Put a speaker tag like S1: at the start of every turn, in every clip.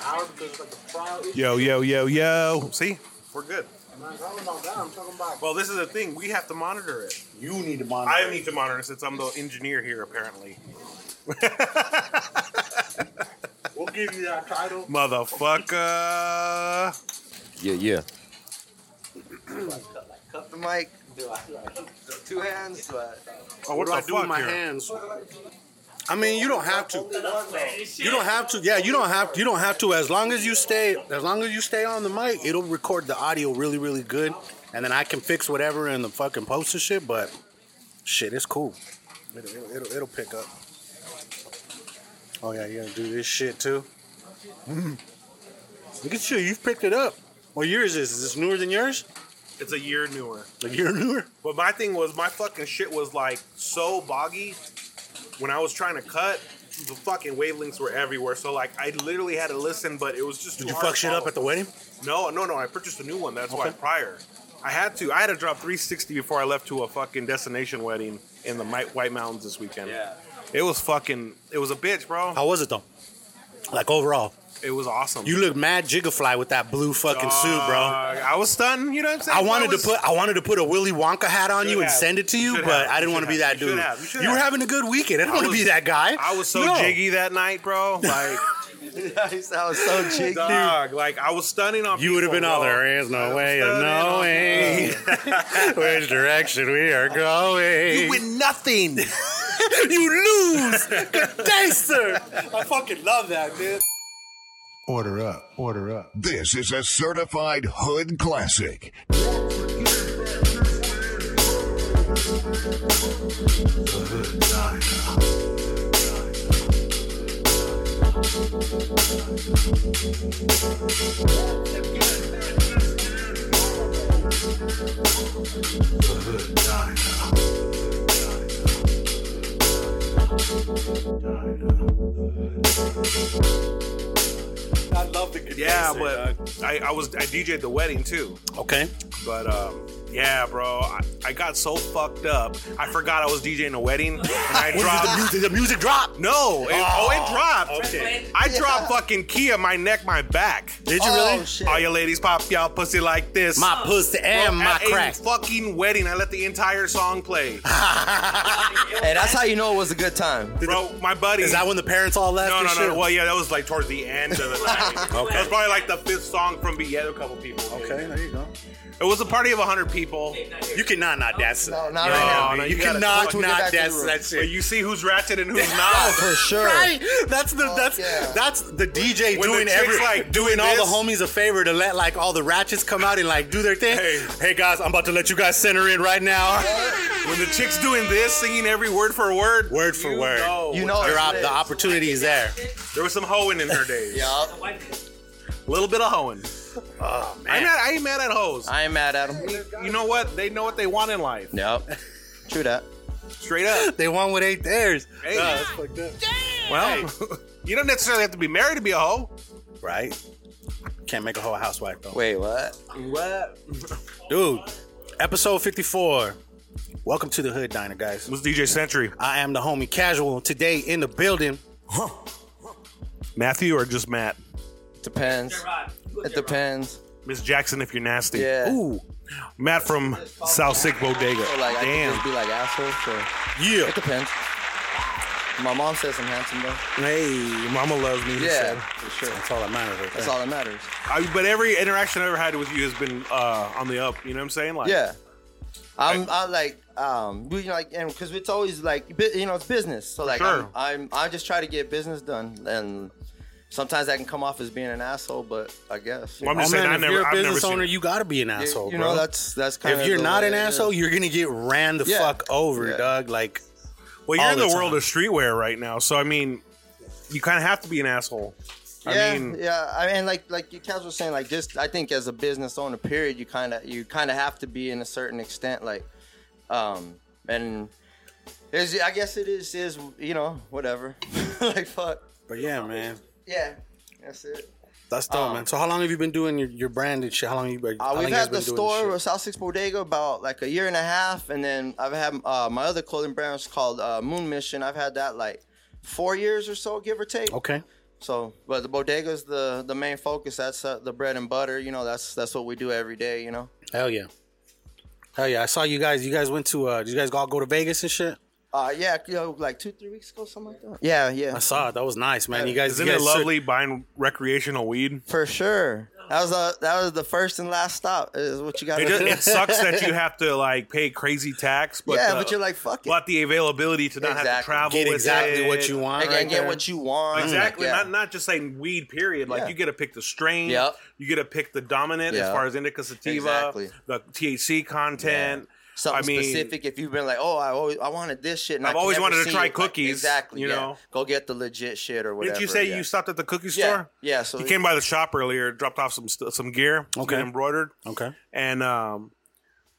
S1: hour because it's like a trial issue.
S2: Yo, yo, yo, yo. See, we're good.
S1: I'm not talking about that. I'm talking about
S2: Well, this is the thing. We have to monitor it.
S3: You need to monitor.
S2: I need to monitor since I'm the engineer here, apparently.
S1: we'll give you that title.
S2: Motherfucker.
S4: Yeah, yeah.
S5: Cut the mic. Do I two hands? Do I,
S2: Oh, what,
S3: What do I do
S2: the
S3: with my
S2: fuck here?
S3: hands? I mean, you don't have to. You don't have to. Yeah, you don't have to. You don't have to. As long as you stay, as long as you stay on the mic, it'll record the audio really, really good, and then I can fix whatever in the fucking post and shit. But shit, it's cool. It'll, it'll, it'll, it'll pick up. Oh yeah, you're gonna do this shit too. Look at you. You've picked it up. What yours is? Is this newer than yours?
S2: It's a year newer.
S3: Like you're newer.
S2: But my thing was my fucking shit was like so boggy when I was trying to cut. The fucking wavelengths were everywhere, so like I literally had to listen, but it was just too
S3: Did you
S2: hard
S3: fuck
S2: to
S3: shit up
S2: follow.
S3: at the wedding?
S2: No, no, no. I purchased a new one. That's why prior. I had to. I had to drop 360 before I left to a fucking destination wedding in the Mi- White Mountains this weekend.
S5: yeah.
S2: It was fucking. It was a bitch, bro.
S3: How was it though? Like overall,
S2: It was awesome.
S3: you look mad jigafly with that blue fucking suit, bro.
S2: Uh, I was stunned. You know what I'm saying?
S3: I wanted
S2: was-
S3: to put I wanted to put a Willy Wonka hat on
S2: Should
S3: you and
S2: have.
S3: send it to you,
S2: Should
S3: but
S2: have.
S3: I didn't
S2: You
S3: want to
S2: should
S3: be
S2: have.
S3: that
S2: You should
S3: dude.
S2: have. You should
S3: were
S2: have.
S3: having a good weekend. I don't want to
S2: was-
S3: be that guy.
S2: I was so
S3: No.
S2: jiggy that night, bro. Like,
S5: I was so jiggy.
S2: dog. Like I was stunning on.
S3: You would have been
S2: people,
S3: all
S2: bro.
S3: there is no way
S2: stunning
S3: of
S2: on
S3: knowing which direction we are going.
S2: You win nothing.
S3: you lose. Good day, sir. I fucking love that, dude.
S6: Order up, order up.
S7: This is a certified hood classic.
S3: I love the good
S2: yeah, but I, I was I DJ'd the wedding too.
S3: okay.
S2: But um, yeah, bro, I, I got so fucked up. I forgot I was DJing a wedding, and I
S3: What did the,
S2: dropped.
S3: music, did the music drop?
S2: No, it, oh, it dropped.
S3: Okay.
S2: I dropped fucking Kia, my neck, my back.
S3: Did you
S5: Oh,
S3: really?
S5: shit.
S2: All you ladies pop y'all pussy like this.
S3: My pussy and
S2: Bro,
S3: my
S2: at a
S3: crack.
S2: fucking wedding. I let the entire song play,
S5: Hey, that's how you know it was a good time.
S2: bro. My buddy.
S3: Is that when the parents all left?
S2: no,
S3: and
S2: no,
S3: shit?
S2: no. Well, yeah, that was like towards the end of the night.
S3: Okay.
S2: That was probably like the fifth song from Beat. Yeah, a couple people. did.
S3: Okay, there you go.
S2: It was a party of hundred people.
S3: You cannot not dance. to
S5: No,
S3: that.
S5: not
S2: No,
S5: right now.
S2: no,
S3: you,
S2: you gotta-
S3: cannot
S5: we can get back
S3: not
S5: to
S3: dance
S5: the
S3: to
S5: room.
S3: that shit.
S2: But you see who's ratchet and who's not.
S5: For sure.
S3: Right. That's the that's
S5: yeah.
S3: that's the DJ
S2: When the
S3: doing
S2: chick's,
S3: every
S2: like,
S3: doing
S2: doing
S3: all the
S2: this.
S3: homies a favor to let like all the ratchets come out and like do their thing.
S2: Hey.
S3: guys, I'm about to let you guys center in right now.
S2: When the chick's doing this, singing every word for word,
S3: Word for
S2: you
S3: word.
S2: know.
S5: You know
S3: Your
S5: it's
S3: op- the
S5: lit.
S3: opportunity is there.
S2: there was some hoeing in her days.
S5: Yup.
S2: a little bit of hoeing.
S3: Oh
S2: I'm not. I ain't mad at hoes.
S5: I ain't mad at him.
S2: you know what? They know what they want in life.
S5: Yup. True that.
S2: Straight up.
S3: they won with eight theirs.
S2: Hey.
S3: Nah, that's fucked up.
S2: Well, you don't necessarily have to be married to be a hoe.
S3: Right. Can't make a whole housewife though.
S5: Wait, what?
S2: What?
S3: Dude, episode 54. Welcome to the Hood Diner, guys.
S2: was DJ Century
S3: I am the homie casual. Today in the building,
S2: Matthew or just Matt?
S5: Depends. It depends.
S2: Miss Jackson, if you're nasty.
S5: Yeah.
S3: ooh,
S2: Matt from South Sick Bodega.
S5: So, like, I can
S2: Damn.
S5: just be like asshole. So
S3: yeah.
S5: it depends. My mom says I'm handsome though.
S3: Hey, mama loves me.
S5: Yeah, for sure.
S3: That's all that matters. Right
S5: That's
S3: there.
S5: all that matters.
S2: I- but every interaction I ever had with you has been uh, on the up. You know what I'm saying? Like,
S5: Yeah. I'm, I'm like, um, you know, like, and because it's always like, bu- you know, it's business. So like,
S2: Sure.
S5: I'm, I'm, I just try to get business done, and sometimes that can come off as being an asshole, but I guess. you
S2: Well, I'm
S3: Oh,
S2: just
S3: man,
S2: saying, I
S3: if
S2: never-
S3: you're a
S2: I've never
S3: business
S2: seen
S3: owner,
S2: it.
S3: you gotta be an
S5: know, you,
S3: asshole,
S5: you
S3: bro.
S5: know, that's that's kind
S3: if you're not an asshole, you're gonna get ran the
S5: Yeah.
S3: fuck over,
S5: Yeah.
S3: dog. Like,
S2: Well, you're
S3: all
S2: in
S3: the
S2: the, world
S3: time.
S2: of streetwear right now, so I mean, you kind of have to be an asshole.
S5: yeah,
S2: I mean,
S5: yeah. I mean, like, like you guys were saying, like, just I think as a business owner, period, you kind of, you kind of have to be in a certain extent, like, um, and is I guess it is, is you know, whatever, like, fuck,
S3: but yeah, man,
S5: yeah, that's it.
S3: that's dope,
S5: Um,
S3: man. So how long have you been doing your, your brand and shit? How long you been? how
S5: Uh,
S3: long
S5: we've
S3: you guys
S5: had the
S3: been doing
S5: store
S3: this
S5: with South Six Bodega about like a year and a half, and then I've had uh, my other clothing brand is called uh, Moon Mission. I've had that like four years or so, give or take.
S3: shit? Okay,
S5: So, but the bodega's the the main focus. That's uh, the bread and butter. You know, that's that's what we do every day. You know,
S3: Hell yeah. Hell yeah. I saw you guys. You guys went to, uh, did you guys all go to Vegas and shit?
S5: uh, yeah, you know, like two three weeks ago, something like that. Yeah, yeah,
S3: I saw it. That was nice, man. You guys,
S2: Isn't
S3: you
S2: it
S3: guys
S2: lovely buying recreational weed?
S5: for sure. That was uh, that was the first and last stop. Is what you got.
S2: It just it sucks that you have to like pay crazy tax, but the,
S5: yeah, but you're like fuck it.
S2: but the availability to not have to
S5: Exactly.
S2: travel
S3: Get
S2: with
S3: exactly
S2: it.
S3: what you want.
S5: and
S3: right
S5: get
S3: there.
S5: what you want.
S2: Exactly.
S5: Yeah.
S2: Not not just saying weed. Period. Like
S5: Yeah.
S2: you get to pick the strain.
S5: Yep.
S2: You get to pick the dominant as
S5: Yeah.
S2: far as indica sativa,
S5: Exactly.
S2: the THC content.
S5: Something
S2: I mean,
S5: specific. If you've been like, oh, I always I wanted this shit. And
S2: I've
S5: I could
S2: always
S5: never
S2: wanted to
S5: see
S2: try
S5: it. Like,
S2: cookies,
S5: exactly.
S2: you
S5: yeah.
S2: know?
S5: go get the legit shit or whatever.
S2: Didn't you say
S5: yeah.
S2: you stopped at the cookie store?
S5: Yeah, yeah. So
S2: He came by the shop earlier, dropped off some st- some gear, some
S3: Okay.
S2: embroidered,
S3: Okay.
S2: and um,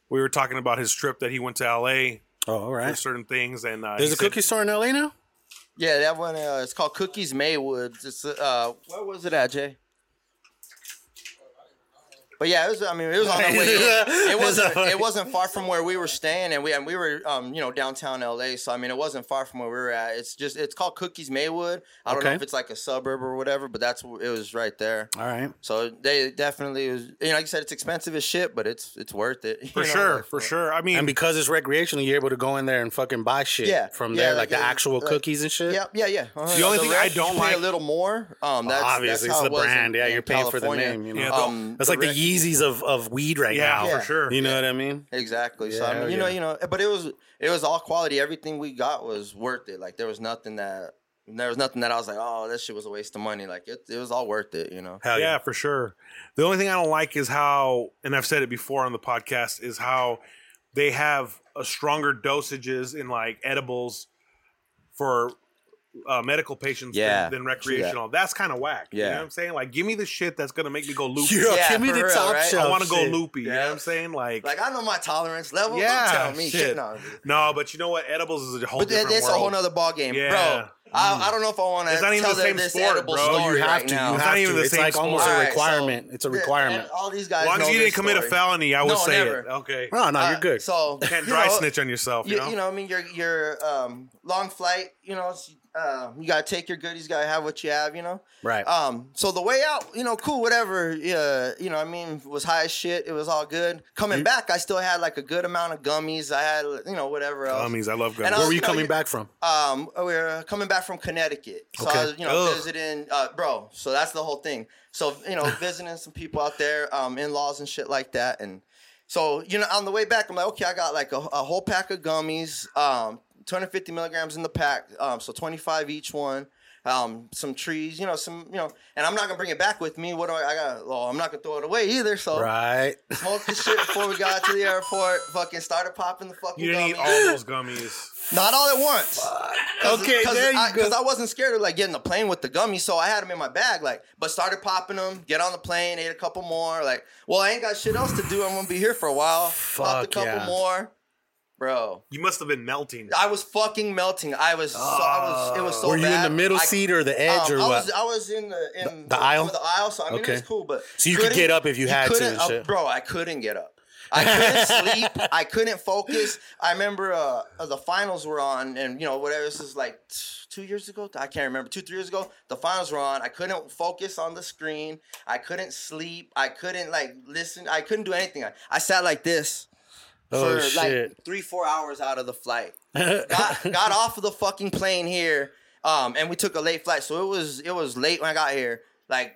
S2: we were talking about his trip that he went to L.A.
S3: Oh, all
S2: for
S3: right.
S2: certain things, and uh,
S3: There's
S2: he
S3: a
S2: said-
S3: cookie store in LA now?
S5: Yeah, that one. Uh, it's called Cookies Maywoods. It's uh, where was it at, Jay? But yeah, it was. I mean, it was on the way. It wasn't. It wasn't far from where we were staying, and we and we were, um, you know, downtown LA. So I mean, it wasn't far from where we were at. It's just it's called Cookies Maywood. I don't know
S3: Okay.
S5: if it's like a suburb or whatever, but that's wh- it was right there.
S3: All right.
S5: So they definitely was. You know, like you said, it's expensive as shit, but it's it's worth it. you
S2: for
S5: know,
S2: sure,
S5: like,
S2: for sure. I mean,
S3: And because it's recreational, you're able to go in there and fucking buy shit
S5: Yeah.
S3: from
S5: Yeah,
S3: there,
S5: like
S3: like,
S5: it-
S3: the actual
S5: like-
S3: cookies and shit.
S5: Yeah, yeah, yeah. Uh-huh.
S2: The only
S5: The
S2: thing I
S5: rest, you
S2: don't
S5: pay a
S2: like-
S5: little more. Um, that's,
S3: Obviously,
S5: that's
S3: it's
S5: how
S3: the
S5: it was in-
S3: brand. Yeah,
S5: in
S3: you're paying for the
S5: California.
S3: name. You know,
S2: Yeah,
S5: Um,
S3: that's like the
S5: rec-
S3: Yeezys of, of weed right
S2: yeah,
S3: now.
S5: Yeah.
S2: for sure.
S3: You know what I mean?
S5: Exactly. so I
S3: Yeah,
S5: mean, you know,
S3: yeah.
S5: you know, but it was it was all quality. Everything we got was worth it. Like there was nothing that there was nothing that I was like, oh, that shit was a waste of money. Like it, it was all worth it. You know.
S3: Hell
S2: yeah,
S3: yeah.
S2: for sure. The only thing I don't like is how, and I've said it before on the podcast, is how they have a stronger dosages in like edibles for uh, medical patients
S5: Yeah,
S2: than, than
S5: true that.
S2: recreational. That's kind of whack. You know
S5: Yeah.
S2: what I'm saying? Like, give me the shit that's going to make me go loopy.
S3: Yo,
S5: Yeah,
S3: give me
S5: for
S3: the
S5: real,
S3: top
S5: right? I
S3: shelf.
S2: I want to go
S3: shit.
S2: loopy. You know
S5: Yeah.
S2: what I'm saying? Like,
S5: Like I know my tolerance level.
S2: Yeah,
S5: Don't tell me
S2: shit.
S5: shit. No.
S2: no, but you know what? Edibles is a whole
S5: But that,
S2: different
S5: that's
S2: world.
S5: a whole nother ball game,
S2: Yeah. Mm.
S5: bro. I, I don't know if I want to
S2: It's not
S5: tell
S2: even the
S5: the
S2: same
S5: this
S2: sport,
S5: edible
S2: bro. You
S5: story
S3: You have
S5: right
S3: to.
S5: now.
S3: You
S2: It's
S3: have
S2: not even
S3: to.
S2: the
S3: It's
S2: same
S3: like
S2: sport.
S3: almost
S5: All
S3: a
S5: right,
S3: requirement. it's a
S5: The-
S3: requirement.
S5: and all these guys.
S2: As long
S5: know
S2: as you
S5: this
S2: didn't commit
S5: story.
S2: a felony, I would
S5: No,
S2: say
S5: never.
S2: it. Okay.
S3: no, no,
S5: Uh,
S3: you're good.
S5: So
S2: You can't
S5: you
S2: dry
S5: know,
S2: snitch on yourself. You,
S5: you,
S2: know?
S5: you know, I mean, your your um, long flight. You know, it's, uh, you gotta take your goodies. Gotta have what you have. You know.
S3: right.
S5: Um. So the way out, you know, cool, whatever. Yeah. You know, what I mean, was high as shit. It was all good. Coming back, I still had like a good amount of gummies. I had, you know, whatever else.
S2: Gummies. I love
S5: And
S2: gummies.
S5: I
S3: Where
S5: was-
S3: were you
S5: no,
S3: coming
S5: you-
S3: back from?
S5: Um, we were coming back from Connecticut, so I was, you know,
S2: Ugh.
S5: visiting, uh, bro. So that's the whole thing. So you know, visiting some people out there, um, in laws and shit like that, and so you know, on the way back, I'm like, okay, I got like a, a whole pack of gummies, um, 250 milligrams in the pack, um, so 25 each one. Um, some trees, you know, some, you know, and I'm not gonna bring it back with me. What do I? I got. Well, I'm not gonna throw it away either. So
S3: Right.
S5: smoked the shit before we got to the airport. Fucking started popping the fucking.
S2: You didn't eat
S5: gummies.
S2: all those gummies.
S5: Not all at once. Cause,
S3: Okay,
S5: cause
S3: there you
S5: I,
S3: go.
S5: Because I wasn't scared of like getting the plane with the gummies, so I had them in my bag. Like, but started popping them. Get on the plane, ate a couple more. Like, well, I ain't got shit else to do. I'm gonna be here for a while. Popped a
S3: Fuck
S5: couple
S3: yeah.
S5: more, bro.
S2: You must have been melting.
S5: I was fucking melting. I was. So, I was. It was so.
S3: were you in the
S5: bad.
S3: middle
S5: I-
S3: seat or the edge
S5: um,
S3: or
S5: I
S3: what?
S5: Was, I was in the in
S3: The- the aisle?
S5: The aisle, so I mean,
S3: Okay.
S5: it was cool, but
S3: So you could
S5: couldn't-
S3: get up if you had to
S5: couldn't-
S3: and
S5: uh,
S3: shit.
S5: bro. I couldn't get up. I couldn't sleep. I couldn't focus. I remember uh, uh, the finals were on, and you know whatever. This is like t- two years ago. I can't remember. Two, three years ago, the finals were on. I couldn't focus on the screen. I couldn't sleep. I couldn't like listen. I couldn't do anything. I, I sat like this
S3: oh
S5: for
S3: shit.
S5: like three, four hours out of the flight. got, got off of the fucking plane here, um, and we took a late flight. So it was it was late when I got here. Like